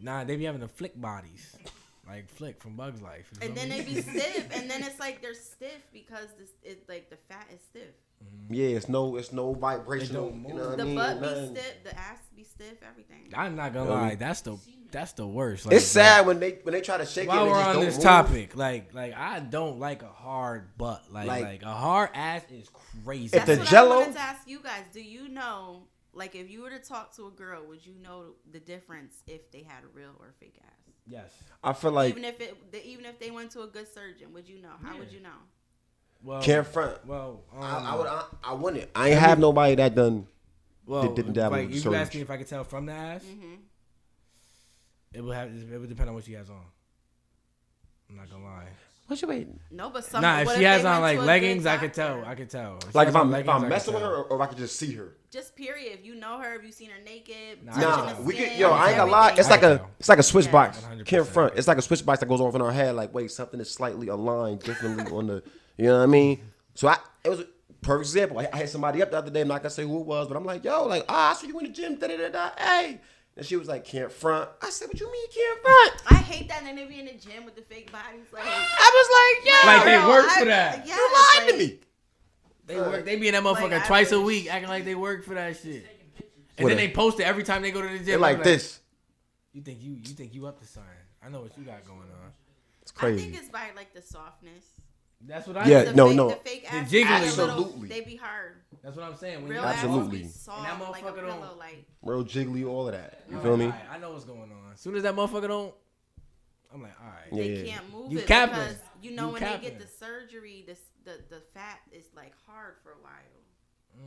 [SPEAKER 3] Nah, they be having the flick bodies. like Flick from Bugs Life. you
[SPEAKER 4] And
[SPEAKER 3] feel
[SPEAKER 4] then
[SPEAKER 3] me?
[SPEAKER 4] they be stiff, and then it's like they're stiff because this, it, like the fat is stiff.
[SPEAKER 2] Yeah, it's no, it's no vibrational.
[SPEAKER 3] It don't
[SPEAKER 2] You know what
[SPEAKER 4] The
[SPEAKER 2] I mean?
[SPEAKER 4] butt be
[SPEAKER 2] Nothing.
[SPEAKER 4] stiff, the ass be stiff, everything.
[SPEAKER 3] I'm not gonna
[SPEAKER 2] Yo,
[SPEAKER 3] lie, that's the that's the worst. Like,
[SPEAKER 2] It's sad when they when they try to shake it.
[SPEAKER 3] While
[SPEAKER 2] and it
[SPEAKER 3] we're
[SPEAKER 2] just
[SPEAKER 3] on
[SPEAKER 2] don't
[SPEAKER 3] this
[SPEAKER 2] move.
[SPEAKER 3] topic, like like I don't like a hard butt. Like like,
[SPEAKER 2] Like-
[SPEAKER 3] a hard ass is crazy.
[SPEAKER 2] If
[SPEAKER 4] That's
[SPEAKER 2] the
[SPEAKER 4] what
[SPEAKER 2] Jell-O-
[SPEAKER 4] I wanted to ask you guys. Do you know, like, if you were to talk to a girl, would you know the difference if they had a real or fake ass?
[SPEAKER 3] yes.
[SPEAKER 2] I feel like
[SPEAKER 4] even if it, the, even if they went to a good surgeon, would you know? How would
[SPEAKER 3] Yeah.
[SPEAKER 4] you know?
[SPEAKER 3] Well,
[SPEAKER 2] can't front.
[SPEAKER 3] well, um,
[SPEAKER 2] I, I would. I, I wouldn't. I ain't have nobody that done.
[SPEAKER 3] well,
[SPEAKER 2] Did- didn't dabble
[SPEAKER 3] like,
[SPEAKER 2] with
[SPEAKER 3] if you
[SPEAKER 2] surgery.
[SPEAKER 3] asked me if I could tell from the ass,
[SPEAKER 4] Mm-hmm.
[SPEAKER 3] it would have. It would depend on what she has on. I'm not gonna lie.
[SPEAKER 2] What's your weight?
[SPEAKER 4] No, but some.
[SPEAKER 3] nah, if
[SPEAKER 4] what
[SPEAKER 3] she has
[SPEAKER 4] they
[SPEAKER 3] on
[SPEAKER 4] went
[SPEAKER 3] like
[SPEAKER 4] to a good
[SPEAKER 3] leggings, I could
[SPEAKER 4] doctor?
[SPEAKER 3] tell. I could tell. she
[SPEAKER 2] Like
[SPEAKER 3] has
[SPEAKER 2] if
[SPEAKER 3] on
[SPEAKER 2] I'm if
[SPEAKER 3] leggings, I
[SPEAKER 2] I'm
[SPEAKER 3] could
[SPEAKER 2] messing with
[SPEAKER 3] tell.
[SPEAKER 2] her, or, or if I could just see her.
[SPEAKER 4] Just period. If you know her, if you seen her naked,
[SPEAKER 3] Nah,
[SPEAKER 4] touching
[SPEAKER 2] Nah,
[SPEAKER 4] the
[SPEAKER 2] we could.
[SPEAKER 4] skin,
[SPEAKER 2] Yo, I ain't gonna lie.
[SPEAKER 4] everything.
[SPEAKER 2] It's like a
[SPEAKER 3] everything.
[SPEAKER 2] it's like a switch
[SPEAKER 4] Yeah.
[SPEAKER 2] box.
[SPEAKER 3] 100%.
[SPEAKER 2] Can't front. It's like a switch box that goes off in our head. Like wait, something is slightly aligned differently on the. You know what I mean? So I it was a perfect example. I, I had somebody up the other day. I'm not gonna say who it was, but I'm like, yo, like ah, I saw you in the gym. Da da da da. Hey. And she was like, can't front. I said, what you mean can't front?
[SPEAKER 4] I hate that and they be in the gym with the fake bodies. Like,
[SPEAKER 2] I was like, yo.
[SPEAKER 3] Like, they
[SPEAKER 4] girl,
[SPEAKER 3] work for
[SPEAKER 4] I-
[SPEAKER 3] that.
[SPEAKER 4] yeah,
[SPEAKER 2] You lied
[SPEAKER 4] it's
[SPEAKER 2] to
[SPEAKER 4] like-
[SPEAKER 2] me.
[SPEAKER 3] They work. They be in that motherfucker
[SPEAKER 4] Like, I
[SPEAKER 3] twice a
[SPEAKER 4] wish-
[SPEAKER 3] week, acting like they work for that shit. And
[SPEAKER 2] What
[SPEAKER 3] then
[SPEAKER 2] a-
[SPEAKER 3] they post it every time they go to the gym.
[SPEAKER 2] They're
[SPEAKER 3] I'm
[SPEAKER 2] like this.
[SPEAKER 3] You think you you think you up to something? I know what you got going on.
[SPEAKER 2] It's
[SPEAKER 4] I think
[SPEAKER 2] crazy.
[SPEAKER 4] it's by like the softness.
[SPEAKER 3] That's what I.
[SPEAKER 2] Yeah.
[SPEAKER 3] think.
[SPEAKER 4] The
[SPEAKER 2] no,
[SPEAKER 4] fake,
[SPEAKER 2] no.
[SPEAKER 4] The fake ass,
[SPEAKER 3] jiggly.
[SPEAKER 2] Absolutely.
[SPEAKER 4] absolutely. They be hard.
[SPEAKER 3] That's what I'm saying. When
[SPEAKER 4] Real
[SPEAKER 3] you-
[SPEAKER 2] Absolutely.
[SPEAKER 4] ass be soft,
[SPEAKER 3] And that
[SPEAKER 4] like a
[SPEAKER 3] motherfucker don't-
[SPEAKER 4] pillow, like.
[SPEAKER 2] Real jiggly, all of that. You feel me?
[SPEAKER 3] Alright, I know what's going on. As soon as that motherfucker don't, I'm like, all right.
[SPEAKER 2] Yeah,
[SPEAKER 4] they
[SPEAKER 2] yeah.
[SPEAKER 4] can't move
[SPEAKER 3] You
[SPEAKER 4] it
[SPEAKER 3] capping.
[SPEAKER 4] because you know
[SPEAKER 3] You
[SPEAKER 4] when they
[SPEAKER 3] capping.
[SPEAKER 4] get the surgery, this the the fat is like hard for a while.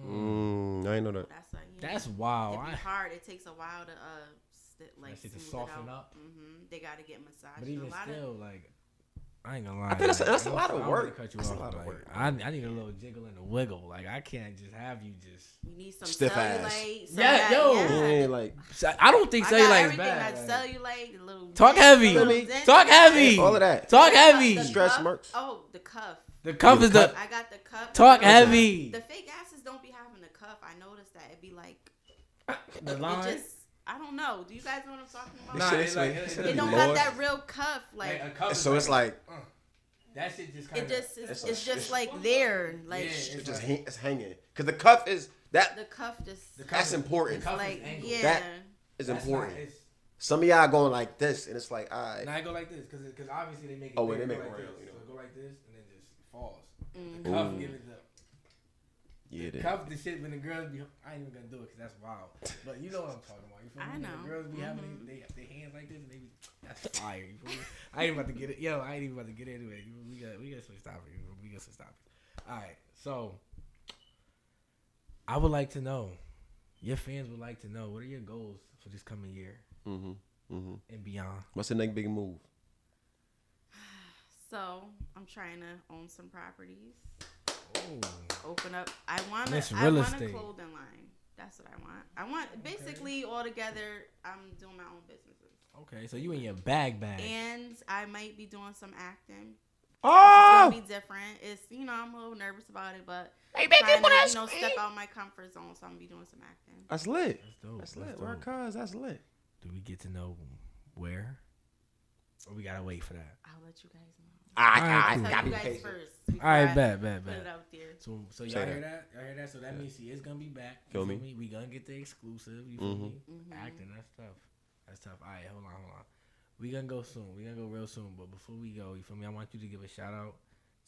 [SPEAKER 2] Mm, I ain't know that.
[SPEAKER 4] That's like you
[SPEAKER 3] That's
[SPEAKER 4] know,
[SPEAKER 3] wild.
[SPEAKER 4] it be
[SPEAKER 3] Oh, I,
[SPEAKER 4] hard. It takes a while to uh st- like
[SPEAKER 3] That shit to
[SPEAKER 4] smooth
[SPEAKER 3] soften
[SPEAKER 4] it out.
[SPEAKER 3] up.
[SPEAKER 4] hmm They got to get massaged.
[SPEAKER 3] but even
[SPEAKER 4] a lot
[SPEAKER 3] still,
[SPEAKER 4] of
[SPEAKER 3] like, I ain't gonna lie.
[SPEAKER 2] think that's a-
[SPEAKER 3] like,
[SPEAKER 2] that's a lot of
[SPEAKER 3] I'm gonna
[SPEAKER 2] work.
[SPEAKER 3] Cut you
[SPEAKER 2] That's a
[SPEAKER 3] off,
[SPEAKER 2] lot of
[SPEAKER 3] like,
[SPEAKER 2] work.
[SPEAKER 3] I, I need a little jiggle and a wiggle. Like I can't just have you just.
[SPEAKER 4] you need some
[SPEAKER 2] Stiff
[SPEAKER 4] cellulite.
[SPEAKER 2] ass.
[SPEAKER 4] Some
[SPEAKER 3] Yeah,
[SPEAKER 4] that,
[SPEAKER 3] yo.
[SPEAKER 4] Yeah.
[SPEAKER 2] Yeah, like
[SPEAKER 3] So, I don't think
[SPEAKER 4] I got
[SPEAKER 3] cellulite is
[SPEAKER 4] everything
[SPEAKER 3] bad.
[SPEAKER 4] like
[SPEAKER 3] like-
[SPEAKER 4] cellulite, a little
[SPEAKER 3] Talk
[SPEAKER 4] dent,
[SPEAKER 3] heavy.
[SPEAKER 4] little
[SPEAKER 2] Feel me?
[SPEAKER 4] dent.
[SPEAKER 3] Talk heavy.
[SPEAKER 2] all of that.
[SPEAKER 3] Talk
[SPEAKER 4] The cuff-
[SPEAKER 3] heavy.
[SPEAKER 4] the
[SPEAKER 2] Stretch
[SPEAKER 4] cuff-
[SPEAKER 2] marks.
[SPEAKER 4] Oh, the cuff.
[SPEAKER 3] The cuff
[SPEAKER 2] The
[SPEAKER 3] is the
[SPEAKER 2] cuff-
[SPEAKER 4] I got the cuff.
[SPEAKER 3] talk
[SPEAKER 4] The-
[SPEAKER 3] heavy.
[SPEAKER 4] The fake asses don't be having the cuff. I noticed that. It'd be like
[SPEAKER 3] The
[SPEAKER 4] It
[SPEAKER 3] line.
[SPEAKER 4] just, I don't know. Do you guys know what I'm talking about?
[SPEAKER 3] Nah,
[SPEAKER 2] Shit,
[SPEAKER 3] it's
[SPEAKER 2] it's
[SPEAKER 3] like,
[SPEAKER 2] like-
[SPEAKER 3] it's
[SPEAKER 2] it
[SPEAKER 4] it
[SPEAKER 3] like-
[SPEAKER 4] don't
[SPEAKER 2] Lord.
[SPEAKER 4] got that real cuff. Like,
[SPEAKER 3] a cuff is
[SPEAKER 2] So it's like
[SPEAKER 3] that shit just kind
[SPEAKER 4] it
[SPEAKER 3] of
[SPEAKER 4] just it's,
[SPEAKER 2] It's
[SPEAKER 4] it's
[SPEAKER 2] like-
[SPEAKER 4] just like there. Like
[SPEAKER 3] Yeah,
[SPEAKER 2] it's
[SPEAKER 3] it's like-
[SPEAKER 2] just hang, it's hanging because the cuff is that
[SPEAKER 4] the cuff just
[SPEAKER 3] cuff
[SPEAKER 2] that's
[SPEAKER 3] is-
[SPEAKER 2] important.
[SPEAKER 3] the cuff is
[SPEAKER 4] like
[SPEAKER 3] angled.
[SPEAKER 4] yeah.
[SPEAKER 2] That- is
[SPEAKER 3] That's
[SPEAKER 2] important.
[SPEAKER 3] Not, it's,
[SPEAKER 2] Some of y'all going like this, and it's like, all right.
[SPEAKER 3] and I go like this because because obviously they make it.
[SPEAKER 2] Oh, wait,
[SPEAKER 3] bigger,
[SPEAKER 2] they
[SPEAKER 3] go
[SPEAKER 2] make
[SPEAKER 3] like
[SPEAKER 2] it round,
[SPEAKER 3] this.
[SPEAKER 2] you know.
[SPEAKER 3] So it go like this and then just falls.
[SPEAKER 4] Mm-hmm. Mm.
[SPEAKER 3] The cuff gives it the
[SPEAKER 2] yeah, then.
[SPEAKER 3] cuff the shit when the girls be. I ain't even gonna do it because that's wild. But you know what I'm talking about. You feel me?
[SPEAKER 4] I
[SPEAKER 3] When
[SPEAKER 4] know. Mm-hmm.
[SPEAKER 3] The girls be having they, they, they hands like this and they be that's fire. You feel me? I ain't about to get it. Yo, I ain't even about to get into it. We got we got to stop it. We got to stop it. All right, so. I would like to know, your fans would like to know, what are your goals for this coming year
[SPEAKER 2] Mm-hmm. Mm-hmm.
[SPEAKER 3] and beyond?
[SPEAKER 2] What's the next big move?
[SPEAKER 4] So I'm trying to own some properties.
[SPEAKER 3] Oh.
[SPEAKER 4] Open up. I want
[SPEAKER 3] That's
[SPEAKER 4] to. I
[SPEAKER 3] real
[SPEAKER 4] want a
[SPEAKER 3] estate.
[SPEAKER 4] clothing line. That's what I want. I want basically all together. I'm doing my own businesses,
[SPEAKER 3] Okay, so you in your bag bag.
[SPEAKER 4] and I might be doing some acting.
[SPEAKER 2] Oh,
[SPEAKER 4] It's gonna be different. It's you know I'm a little nervous about it, but trying to you know step out my comfort zone. So I'm gonna be doing some acting.
[SPEAKER 2] that's lit.
[SPEAKER 3] that's dope.
[SPEAKER 2] That's
[SPEAKER 3] that's
[SPEAKER 2] lit. Where
[SPEAKER 3] dope.
[SPEAKER 2] cars? That's lit.
[SPEAKER 3] Do we get to know where? Or we gotta wait for that?
[SPEAKER 4] I'll let you guys know.
[SPEAKER 2] I,
[SPEAKER 3] cool.
[SPEAKER 2] I, I
[SPEAKER 4] Tell
[SPEAKER 2] gotta
[SPEAKER 4] you
[SPEAKER 2] be
[SPEAKER 4] guys
[SPEAKER 2] patient.
[SPEAKER 4] first.
[SPEAKER 3] All right,
[SPEAKER 4] before I
[SPEAKER 3] bet, bet,
[SPEAKER 4] Put it
[SPEAKER 3] bet.
[SPEAKER 4] out there.
[SPEAKER 3] So, so y'all
[SPEAKER 2] Say
[SPEAKER 3] hear
[SPEAKER 2] that.
[SPEAKER 3] that? Y'all hear that? So that means she is gonna be back. You
[SPEAKER 2] Feel me? Mm-hmm.
[SPEAKER 3] We gonna get the exclusive. You feel me?
[SPEAKER 4] Mhm.
[SPEAKER 3] Acting, that's tough. That's tough. All right, hold on, hold on. We gonna go soon. We gonna go real soon. But before we go, you feel me? I want you to give a shout out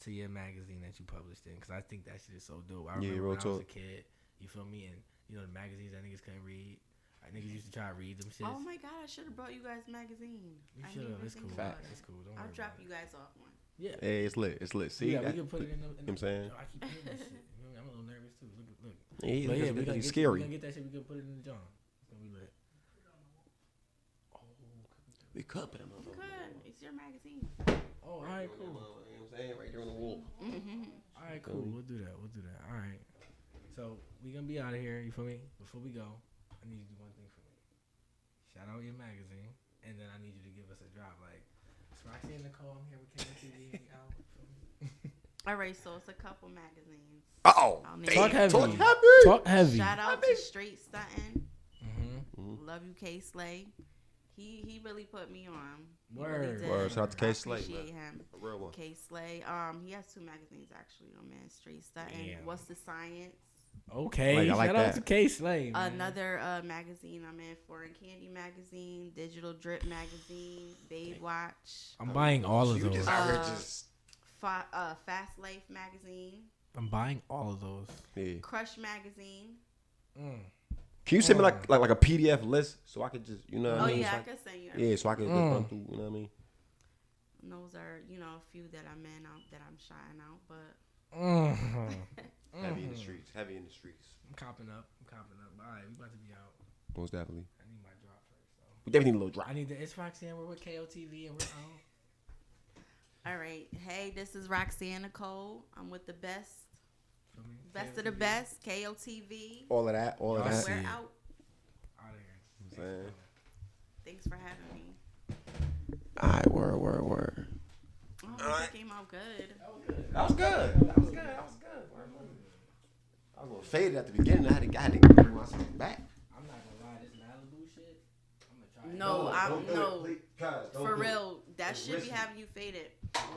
[SPEAKER 3] to your magazine that you published in, because I think that shit is so dope. I
[SPEAKER 2] Yeah,
[SPEAKER 3] remember when
[SPEAKER 2] real
[SPEAKER 3] I was a
[SPEAKER 2] talk.
[SPEAKER 3] kid. You feel me? And you know the magazines that niggas couldn't read. I niggas used to try to read them shit.
[SPEAKER 4] Oh my god, I should have brought you guys magazine.
[SPEAKER 3] You
[SPEAKER 4] I
[SPEAKER 3] should have.
[SPEAKER 4] didn't even
[SPEAKER 3] It's
[SPEAKER 4] think
[SPEAKER 3] cool.
[SPEAKER 4] about it.
[SPEAKER 3] It's cool. Don't worry
[SPEAKER 4] I'll drop
[SPEAKER 3] about it.
[SPEAKER 4] you guys off one.
[SPEAKER 3] Yeah.
[SPEAKER 2] Hey, it's lit. It's lit. See,
[SPEAKER 3] yeah,
[SPEAKER 2] that-
[SPEAKER 3] we can put it in the. In the
[SPEAKER 2] I'm saying?
[SPEAKER 3] Yo, I keep hearing this shit. You feel me? I'm a little nervous too. Look, look.
[SPEAKER 2] He's,
[SPEAKER 3] But yeah, we gonna get, We
[SPEAKER 2] he's scary.
[SPEAKER 3] gonna get that shit. We gonna put it in the jar. It's gonna be lit.
[SPEAKER 2] We cupping him.
[SPEAKER 4] Good. It's your magazine.
[SPEAKER 3] Oh, all right, cool.
[SPEAKER 2] Right during the wall.
[SPEAKER 3] All right, cool. We'll do that. We'll do that. All right. So we gonna be out of here. You feel me? Before we go, I need you to do one thing for me. Shout out your magazine, and then I need you to give us a drop. Like, it's Roxy and Nicole. I'm here with KMTV. we out.
[SPEAKER 4] All right, so it's a couple magazines.
[SPEAKER 2] Oh,
[SPEAKER 4] I'll name
[SPEAKER 3] Talk
[SPEAKER 4] them.
[SPEAKER 3] heavy.
[SPEAKER 2] talk happy.
[SPEAKER 3] Talk heavy.
[SPEAKER 4] Shout out to Straight Stuntin'.
[SPEAKER 3] Mhm.
[SPEAKER 4] Love you, K Slay. He he really put me on. He
[SPEAKER 3] Word.
[SPEAKER 4] really did.
[SPEAKER 2] Word. Shout out to
[SPEAKER 4] I
[SPEAKER 2] K Slate, man.
[SPEAKER 4] appreciate him.
[SPEAKER 2] A real one.
[SPEAKER 4] K Slay. Um, he has two magazines actually on Man Street. Stunting.
[SPEAKER 3] Damn.
[SPEAKER 4] What's the science?
[SPEAKER 3] Okay,
[SPEAKER 2] Like, I like
[SPEAKER 3] shout out
[SPEAKER 2] that.
[SPEAKER 3] to K Slay. man.
[SPEAKER 4] Another uh, magazine I'm in. Foreign Candy magazine. Digital Drip magazine. Babe Watch.
[SPEAKER 3] I'm buying all of
[SPEAKER 5] You
[SPEAKER 3] those.
[SPEAKER 5] just out here
[SPEAKER 4] Uh,
[SPEAKER 5] just
[SPEAKER 4] Fa- uh, Fast Life magazine.
[SPEAKER 3] I'm buying all of those.
[SPEAKER 2] Yeah.
[SPEAKER 4] Crush magazine.
[SPEAKER 3] Mm.
[SPEAKER 2] Can you send me like like like a PDF list so I could just you know what
[SPEAKER 4] Oh
[SPEAKER 2] I mean?
[SPEAKER 4] yeah, I
[SPEAKER 2] so
[SPEAKER 4] could send you.
[SPEAKER 2] I, yeah, so I could just
[SPEAKER 3] Mm.
[SPEAKER 2] run through. You know what I mean?
[SPEAKER 4] And those are you know a few that I'm in out that I'm shying out, but
[SPEAKER 3] Mm.
[SPEAKER 2] Heavy
[SPEAKER 3] Mm-hmm.
[SPEAKER 2] in the streets. Heavy in the streets.
[SPEAKER 3] I'm copping up. I'm copping up. All right, we about to be out.
[SPEAKER 2] Most definitely.
[SPEAKER 3] I need my drop first. So.
[SPEAKER 2] We definitely need a little
[SPEAKER 3] I
[SPEAKER 2] drop.
[SPEAKER 3] need the it's Roxanne. We're with KOTV and we're on.
[SPEAKER 4] all right. Hey, this is Roxanne Nicole. I'm with the best,
[SPEAKER 3] Feel me?
[SPEAKER 4] best of the
[SPEAKER 3] KOTV,
[SPEAKER 4] best. KOTV.
[SPEAKER 2] All of that. All of
[SPEAKER 3] Y'all
[SPEAKER 2] that.
[SPEAKER 4] We're
[SPEAKER 3] see.
[SPEAKER 4] out.
[SPEAKER 3] Out of here.
[SPEAKER 2] I'm saying.
[SPEAKER 4] Thanks for having me.
[SPEAKER 2] I word word word.
[SPEAKER 4] Oh, that came out good.
[SPEAKER 2] That was good. That was good. That was good. I was a little faded at the beginning. I had to, I had to bring myself back.
[SPEAKER 3] I'm not gonna lie. This Malibu shit. I'm gonna try. it.
[SPEAKER 4] No, I'm
[SPEAKER 2] don't do it,
[SPEAKER 4] no.
[SPEAKER 2] please. Guys, don't
[SPEAKER 4] For
[SPEAKER 2] do it.
[SPEAKER 4] real, that
[SPEAKER 2] Just
[SPEAKER 4] should be
[SPEAKER 2] listen.
[SPEAKER 4] having you faded.